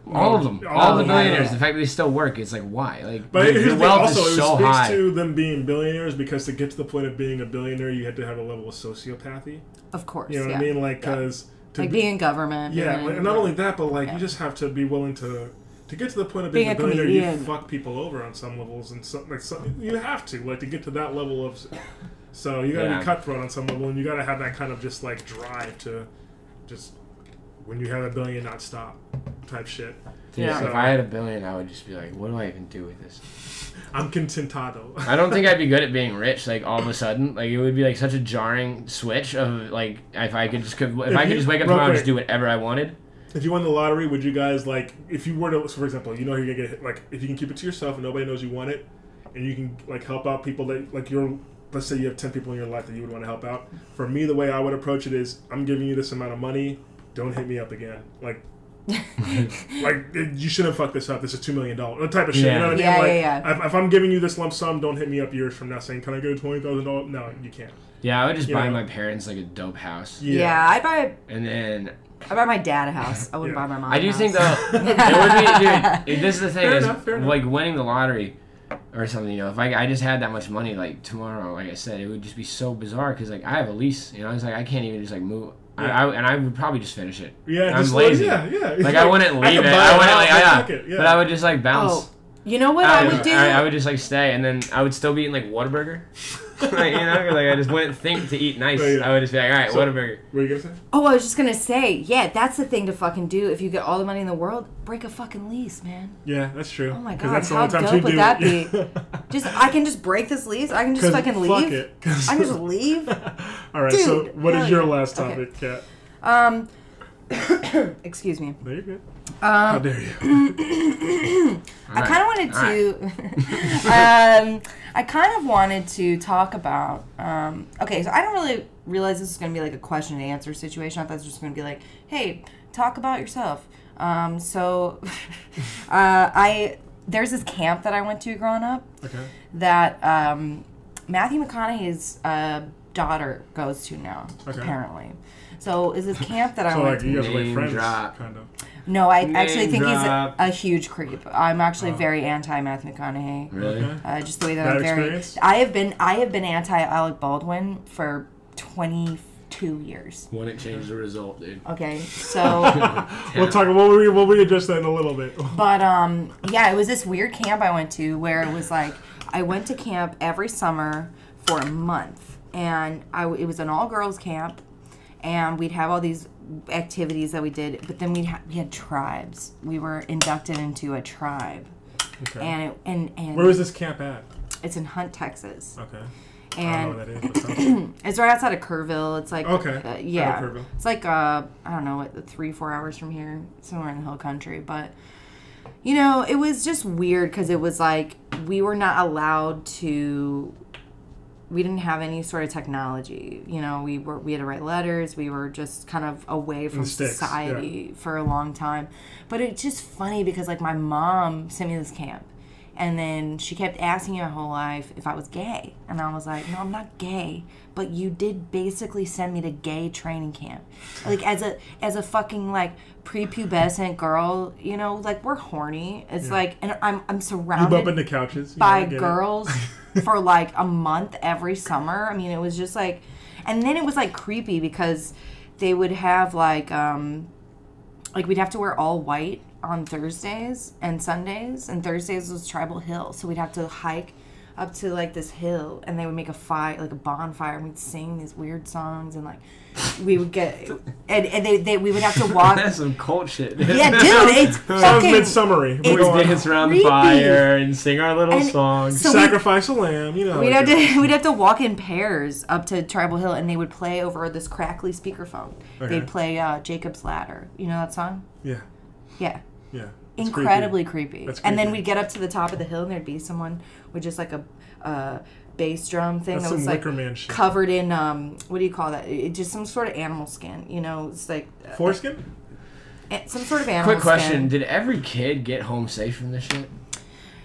Speaker 4: all of them,
Speaker 1: Yeah.
Speaker 4: all the
Speaker 2: Oh, yeah.
Speaker 4: billionaires. The fact that they still work, it's like why? Like,
Speaker 1: But
Speaker 4: dude,
Speaker 1: here's
Speaker 4: your
Speaker 1: the thing.
Speaker 4: wealth
Speaker 1: Also,
Speaker 4: is
Speaker 1: it
Speaker 4: so
Speaker 1: speaks
Speaker 4: high.
Speaker 1: to them being billionaires because to get to the point of being a billionaire, you had to have a level of sociopathy.
Speaker 2: Of course.
Speaker 1: You know what
Speaker 2: yeah.
Speaker 1: I mean? Like, because to
Speaker 2: like
Speaker 1: be,
Speaker 2: being in government.
Speaker 1: yeah,
Speaker 2: and
Speaker 1: like, and not only that, but like you just have to be willing to to get to the point of being,
Speaker 2: Being
Speaker 1: a
Speaker 2: a
Speaker 1: billionaire. You
Speaker 2: comedian.
Speaker 1: fuck people over on some levels, and some like some, you have to like to get to that level of. So you gotta
Speaker 4: Yeah.
Speaker 1: be cutthroat on some level, and you gotta have that kind of just like drive to, just when you have a billion, not stop, type shit.
Speaker 4: Dude,
Speaker 2: Yeah.
Speaker 4: If I had a billion, I would just be like, what do I even do with this?
Speaker 1: I'm contentado. <laughs>
Speaker 4: I don't think I'd be good at being rich. Like all of a sudden, like it would be like such a jarring switch of like if I could just if, I
Speaker 1: you-
Speaker 4: could just wake up
Speaker 1: real
Speaker 4: tomorrow and
Speaker 1: quick.
Speaker 4: just do whatever I wanted.
Speaker 1: if you won the lottery, would you guys like if you were to, so for example, you know you're gonna get like if you can keep it to yourself and nobody knows you want it, and you can like help out people that like you're let's say you have ten people in your life that you would want to help out. For me, the way I would approach it is I'm giving you this amount of money. Don't hit me up again.
Speaker 4: <laughs>
Speaker 1: Like, like you shouldn't fuck this up. This is two million dollars. That type of shit. You know what I mean?
Speaker 2: Yeah. Yeah,
Speaker 1: like,
Speaker 2: yeah, yeah.
Speaker 1: If, if I'm giving you this lump sum, don't hit me up years from now saying, "Can I get a twenty thousand dollars?" No, you can't.
Speaker 4: Yeah, I would just
Speaker 1: You
Speaker 4: buy
Speaker 1: know.
Speaker 4: my parents like a dope house,
Speaker 2: Yeah. I'd buy
Speaker 4: and then
Speaker 2: I buy my dad a house. I wouldn't
Speaker 1: Yeah.
Speaker 2: buy my mom.
Speaker 4: I do
Speaker 2: a house.
Speaker 4: think though
Speaker 2: <laughs>
Speaker 4: it would be dude. This is the thing
Speaker 1: Fair
Speaker 4: is
Speaker 1: enough, fair enough.
Speaker 4: like winning the lottery or something. You know, if I, I just had that much money like tomorrow, like I said, it would just be so bizarre because like I have a lease. You know, it's like I can't even just like move.
Speaker 1: Yeah.
Speaker 4: I, I, and I would probably just finish it.
Speaker 1: Yeah,
Speaker 4: I'm
Speaker 1: just
Speaker 4: lazy.
Speaker 1: Like, yeah, yeah.
Speaker 4: Like I wouldn't
Speaker 1: I
Speaker 4: leave
Speaker 1: could
Speaker 4: it.
Speaker 1: buy a
Speaker 4: I wouldn't like
Speaker 1: house,
Speaker 4: yeah,
Speaker 1: fuck it, yeah.
Speaker 4: But I would just like bounce.
Speaker 2: Oh, you know what
Speaker 4: I
Speaker 2: I,
Speaker 4: would,
Speaker 2: would do?
Speaker 4: I, I would just like stay, and then I would still be eating like Whataburger. <laughs> <laughs> like, you know, 'cause, like I just wouldn't think to eat nice.
Speaker 1: Oh, yeah.
Speaker 4: I would just be like, all right,
Speaker 1: So-
Speaker 4: Whataburger.
Speaker 1: What were you gonna say?
Speaker 2: oh, I was just gonna say, yeah, that's the thing to fucking do if you get all the money in the world. Break a fucking lease, man.
Speaker 1: Yeah, that's true.
Speaker 2: Oh my
Speaker 1: 'Cause
Speaker 2: God,
Speaker 1: that's the
Speaker 2: how
Speaker 1: only time
Speaker 2: dope
Speaker 1: you
Speaker 2: would
Speaker 1: do <laughs>
Speaker 2: that
Speaker 1: it.
Speaker 2: Just I can just break this lease. I can just
Speaker 1: <laughs> 'Cause
Speaker 2: fucking
Speaker 1: fuck
Speaker 2: leave.
Speaker 1: it, <laughs> 'cause-
Speaker 2: I can just leave.
Speaker 1: All right. so,
Speaker 2: Dude,
Speaker 1: what is
Speaker 2: hell
Speaker 1: your
Speaker 2: yeah.
Speaker 1: last
Speaker 2: Okay.
Speaker 1: topic, Kat?
Speaker 2: Um, <coughs> excuse
Speaker 1: <coughs>
Speaker 2: me.
Speaker 1: No, you're good. How
Speaker 2: Um,
Speaker 1: dare
Speaker 2: <clears throat>
Speaker 1: you?
Speaker 2: I kind of wanted
Speaker 4: All right.
Speaker 1: <laughs>
Speaker 2: to. um, I kind of wanted to talk about. Um, okay, so I don't really realize this is going to be like a question and answer situation. I thought this was just going to be like, hey, talk about yourself. Um, so, <laughs> uh, I there's this camp that I went to growing up
Speaker 1: Okay.
Speaker 2: that um, Matthew McConaughey's uh, daughter goes to now,
Speaker 1: Okay.
Speaker 2: apparently. So is this camp that I
Speaker 1: So,
Speaker 2: went
Speaker 1: like,
Speaker 2: to?
Speaker 1: you guys are like
Speaker 4: Name
Speaker 1: friends,
Speaker 4: drop.
Speaker 1: kind of.
Speaker 2: No, I
Speaker 4: Name
Speaker 2: actually think he's a,
Speaker 4: drop.
Speaker 2: a huge creep. I'm
Speaker 1: Oh.
Speaker 2: actually very anti Matthew McConaughey.
Speaker 4: Really?
Speaker 1: Okay.
Speaker 2: Uh, just the way that
Speaker 1: Bad
Speaker 2: I'm very.
Speaker 1: experience?
Speaker 2: I have been I have been anti Alec Baldwin for 22 years.
Speaker 4: When it changed the result, dude.
Speaker 2: Okay, so
Speaker 1: <laughs> We'll talk. We'll re- we'll readdress that in a little
Speaker 2: <laughs>
Speaker 1: bit.
Speaker 2: but um yeah, it was this weird camp I went to where it was like I went to camp every summer for a month, and I w- it was an all girls camp, and we'd have all these activities that we did, but then we ha- we had tribes. We were inducted into a tribe.
Speaker 1: Okay.
Speaker 2: And, it, and and
Speaker 1: Where was this camp at?
Speaker 2: It's in Hunt, Texas.
Speaker 1: Okay. I don't
Speaker 2: and
Speaker 1: know what that is. But sounds-
Speaker 2: it's right outside of Kerrville. It's like
Speaker 1: Okay.
Speaker 2: uh,
Speaker 1: I know
Speaker 2: yeah,
Speaker 1: Kerrville.
Speaker 2: it's like uh, I don't know, what, three four hours from here, somewhere in the hill country. But you know, it was just weird because it was like we were not allowed to. We didn't have any sort of technology. You know, we were we had to write letters. We were just kind of away from
Speaker 1: the sticks,
Speaker 2: society for a long time. But it's just funny because like my mom sent me to this camp. And then she kept asking me my whole life if I was gay. And I was like, no, I'm not gay. But you did basically send me to gay training camp. Like as a as a fucking like prepubescent girl, you know, like we're horny. It's like and I'm I'm
Speaker 1: you bump
Speaker 2: surrounded
Speaker 1: into couches you know, I
Speaker 2: by
Speaker 1: get it. <laughs>
Speaker 2: girls for like a month every summer. I mean, it was just like, and then it was like creepy because they would have like, um, like we'd have to wear all white on Thursdays and Sundays, and Thursdays was Tribal Hill, so we'd have to hike up to like this hill, and they would make a fire, like a bonfire, and we'd sing these weird songs, and like we would get, and, and they, they we would have
Speaker 1: <laughs>
Speaker 2: to walk.
Speaker 4: That's some cult shit.
Speaker 2: yeah,
Speaker 4: <laughs>
Speaker 2: dude, it's
Speaker 1: Sounds
Speaker 2: fucking.
Speaker 1: midsummery.
Speaker 2: it's-
Speaker 1: We go on.
Speaker 4: dance around
Speaker 2: creepy.
Speaker 4: the fire and sing our little
Speaker 2: And-
Speaker 4: songs.
Speaker 2: so we-
Speaker 1: Sacrifice a lamb, you know.
Speaker 2: We'd
Speaker 1: like
Speaker 2: have
Speaker 1: a-
Speaker 2: <laughs> to we'd have to walk in pairs up to Tribal Hill, and they would play over this crackly speakerphone.
Speaker 1: Okay.
Speaker 2: They'd play uh, Jacob's Ladder. You know that song?
Speaker 1: Yeah,
Speaker 2: Yeah,
Speaker 1: yeah. It's creepy.
Speaker 2: incredibly creepy.
Speaker 1: That's
Speaker 2: And then
Speaker 1: creepy.
Speaker 2: we'd get up to the top of the hill, and there'd be someone with just like a, a bass drum thing
Speaker 1: That's
Speaker 2: that
Speaker 1: some
Speaker 2: was like
Speaker 1: Wicker Man shit.
Speaker 2: covered in um what do you call that? It, just some sort of animal skin. You know, it's like uh,
Speaker 1: Foreskin?
Speaker 2: eh, some sort of animal.
Speaker 4: Quick question:
Speaker 2: skin.
Speaker 4: Did every kid get home safe from this shit?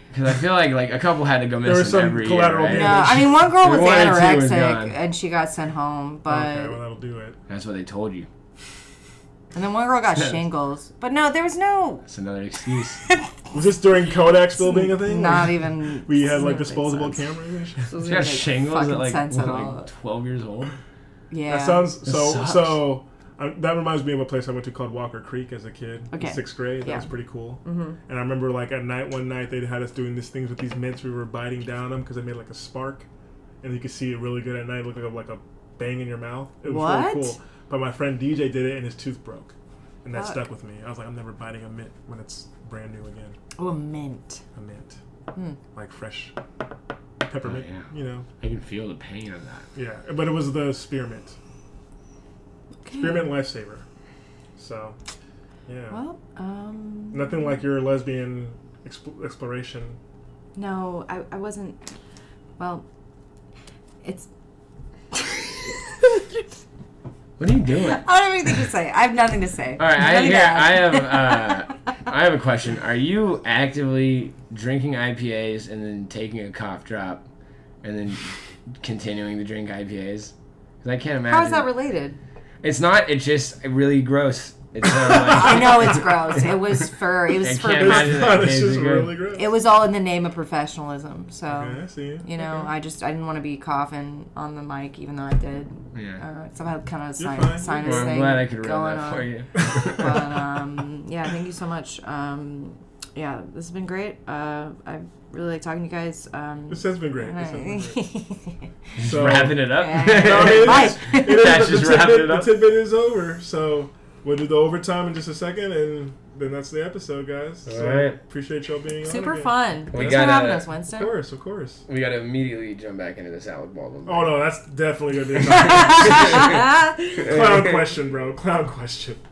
Speaker 4: Because I feel like like a couple had to go missing
Speaker 1: was some
Speaker 4: every
Speaker 1: collateral
Speaker 4: year.
Speaker 2: No,
Speaker 4: Right?
Speaker 1: damage.
Speaker 2: I mean one girl was
Speaker 4: One and two was
Speaker 2: anorexic
Speaker 4: gone.
Speaker 2: and she got sent home, but
Speaker 1: Okay, well that'll do it.
Speaker 4: That's what they told you.
Speaker 2: and then one girl
Speaker 1: <laughs>
Speaker 2: got shingles. But no, there was no
Speaker 4: That's another <laughs> excuse.
Speaker 1: Was this during Kodak still being a thing?
Speaker 2: Not even.
Speaker 1: <laughs> We had
Speaker 2: doesn't
Speaker 1: like
Speaker 2: make
Speaker 1: disposable
Speaker 2: sense.
Speaker 1: cameras. and shit?
Speaker 2: Doesn't
Speaker 4: She
Speaker 2: make
Speaker 4: got shingles
Speaker 2: fucking
Speaker 4: at like,
Speaker 2: sense
Speaker 4: what,
Speaker 2: at all.
Speaker 4: like twelve years old.
Speaker 2: Yeah.
Speaker 1: That sounds
Speaker 4: That
Speaker 1: so.
Speaker 4: sucks.
Speaker 1: so um, that reminds me of a place I went to called Walker Creek as a kid, in
Speaker 2: Okay.
Speaker 1: sixth grade. That
Speaker 2: Yeah. Mm-hmm.
Speaker 1: was pretty cool. And I remember like at night, one night they had us doing these things with these mints. We were biting down them because they made like a spark, and you could see it really good at night. It looked like a, like a bang in your mouth. It was
Speaker 2: What?
Speaker 1: really cool. But my friend DJ did it, and his tooth broke, and that
Speaker 2: Fuck.
Speaker 1: stuck with me. I was like, I'm never biting a mint when it's brand new again.
Speaker 2: oh, mint.
Speaker 1: A mint,
Speaker 2: Hmm.
Speaker 1: like fresh peppermint.
Speaker 4: Oh, yeah.
Speaker 1: You know,
Speaker 4: I can feel the pain of that.
Speaker 1: yeah. But it was the spearmint. Spearmint lifesaver. So, yeah.
Speaker 2: Well, um,
Speaker 1: Nothing like your lesbian exp- exploration.
Speaker 2: no, I, I wasn't. Well, it's. <laughs>
Speaker 4: What are you
Speaker 2: <laughs>
Speaker 4: doing?
Speaker 2: I don't have anything to say. I have nothing to say.
Speaker 4: All right, I,
Speaker 2: Nothing to
Speaker 4: here, I
Speaker 2: add. <laughs>
Speaker 4: have uh, I have a question. Are you actively drinking IPAs and then taking a cough drop, and then continuing to drink IPAs? Because I can't imagine.
Speaker 2: How is that related?
Speaker 4: It's not. It's just really gross.
Speaker 2: <laughs>
Speaker 4: It's not like,
Speaker 2: I know it's gross. It was for. It was
Speaker 4: <laughs> I
Speaker 2: for.
Speaker 4: can't imagine that
Speaker 1: it's
Speaker 4: tastes
Speaker 1: just
Speaker 4: good.
Speaker 1: really gross.
Speaker 2: It was all in the name of professionalism. So.
Speaker 1: okay, I see.
Speaker 2: You know, I just I didn't want to be coughing on the mic, even though I did.
Speaker 4: Yeah.
Speaker 2: Uh, somehow kind of
Speaker 1: You're
Speaker 2: sin-
Speaker 1: fine.
Speaker 2: sinus
Speaker 4: Well, I'm
Speaker 2: thing
Speaker 4: glad I could ruin
Speaker 2: going on.
Speaker 4: that for
Speaker 2: <laughs>
Speaker 4: you. <laughs>
Speaker 2: but um, yeah, thank you so much. Um, yeah, this has been great. Uh, I really like talking to you guys. Um,
Speaker 1: This has been great. This has been great.
Speaker 4: <laughs>
Speaker 1: So,
Speaker 4: Wrapping it up.
Speaker 2: <laughs> Yeah.
Speaker 4: <laughs>
Speaker 1: No, I mean, it is-
Speaker 2: Bye.
Speaker 1: it is-
Speaker 4: That's
Speaker 1: the,
Speaker 4: just wrapping
Speaker 1: tidbit,
Speaker 4: it up.
Speaker 1: the tidbit is over. So we'll do the overtime in just a second, and then that's the episode, guys. So
Speaker 4: Alright.
Speaker 1: Appreciate y'all being
Speaker 2: <laughs> super
Speaker 1: on. again.
Speaker 2: fun.
Speaker 4: We
Speaker 2: Thanks for
Speaker 4: gotta-
Speaker 2: having us,
Speaker 1: Of
Speaker 2: Winston.
Speaker 1: course, of course.
Speaker 4: We gotta immediately jump back into the salad bowl.
Speaker 1: Oh no, that's definitely gonna be a
Speaker 2: Bye. <laughs>
Speaker 1: <laughs>
Speaker 4: <laughs>
Speaker 1: clown question, bro. Clown question.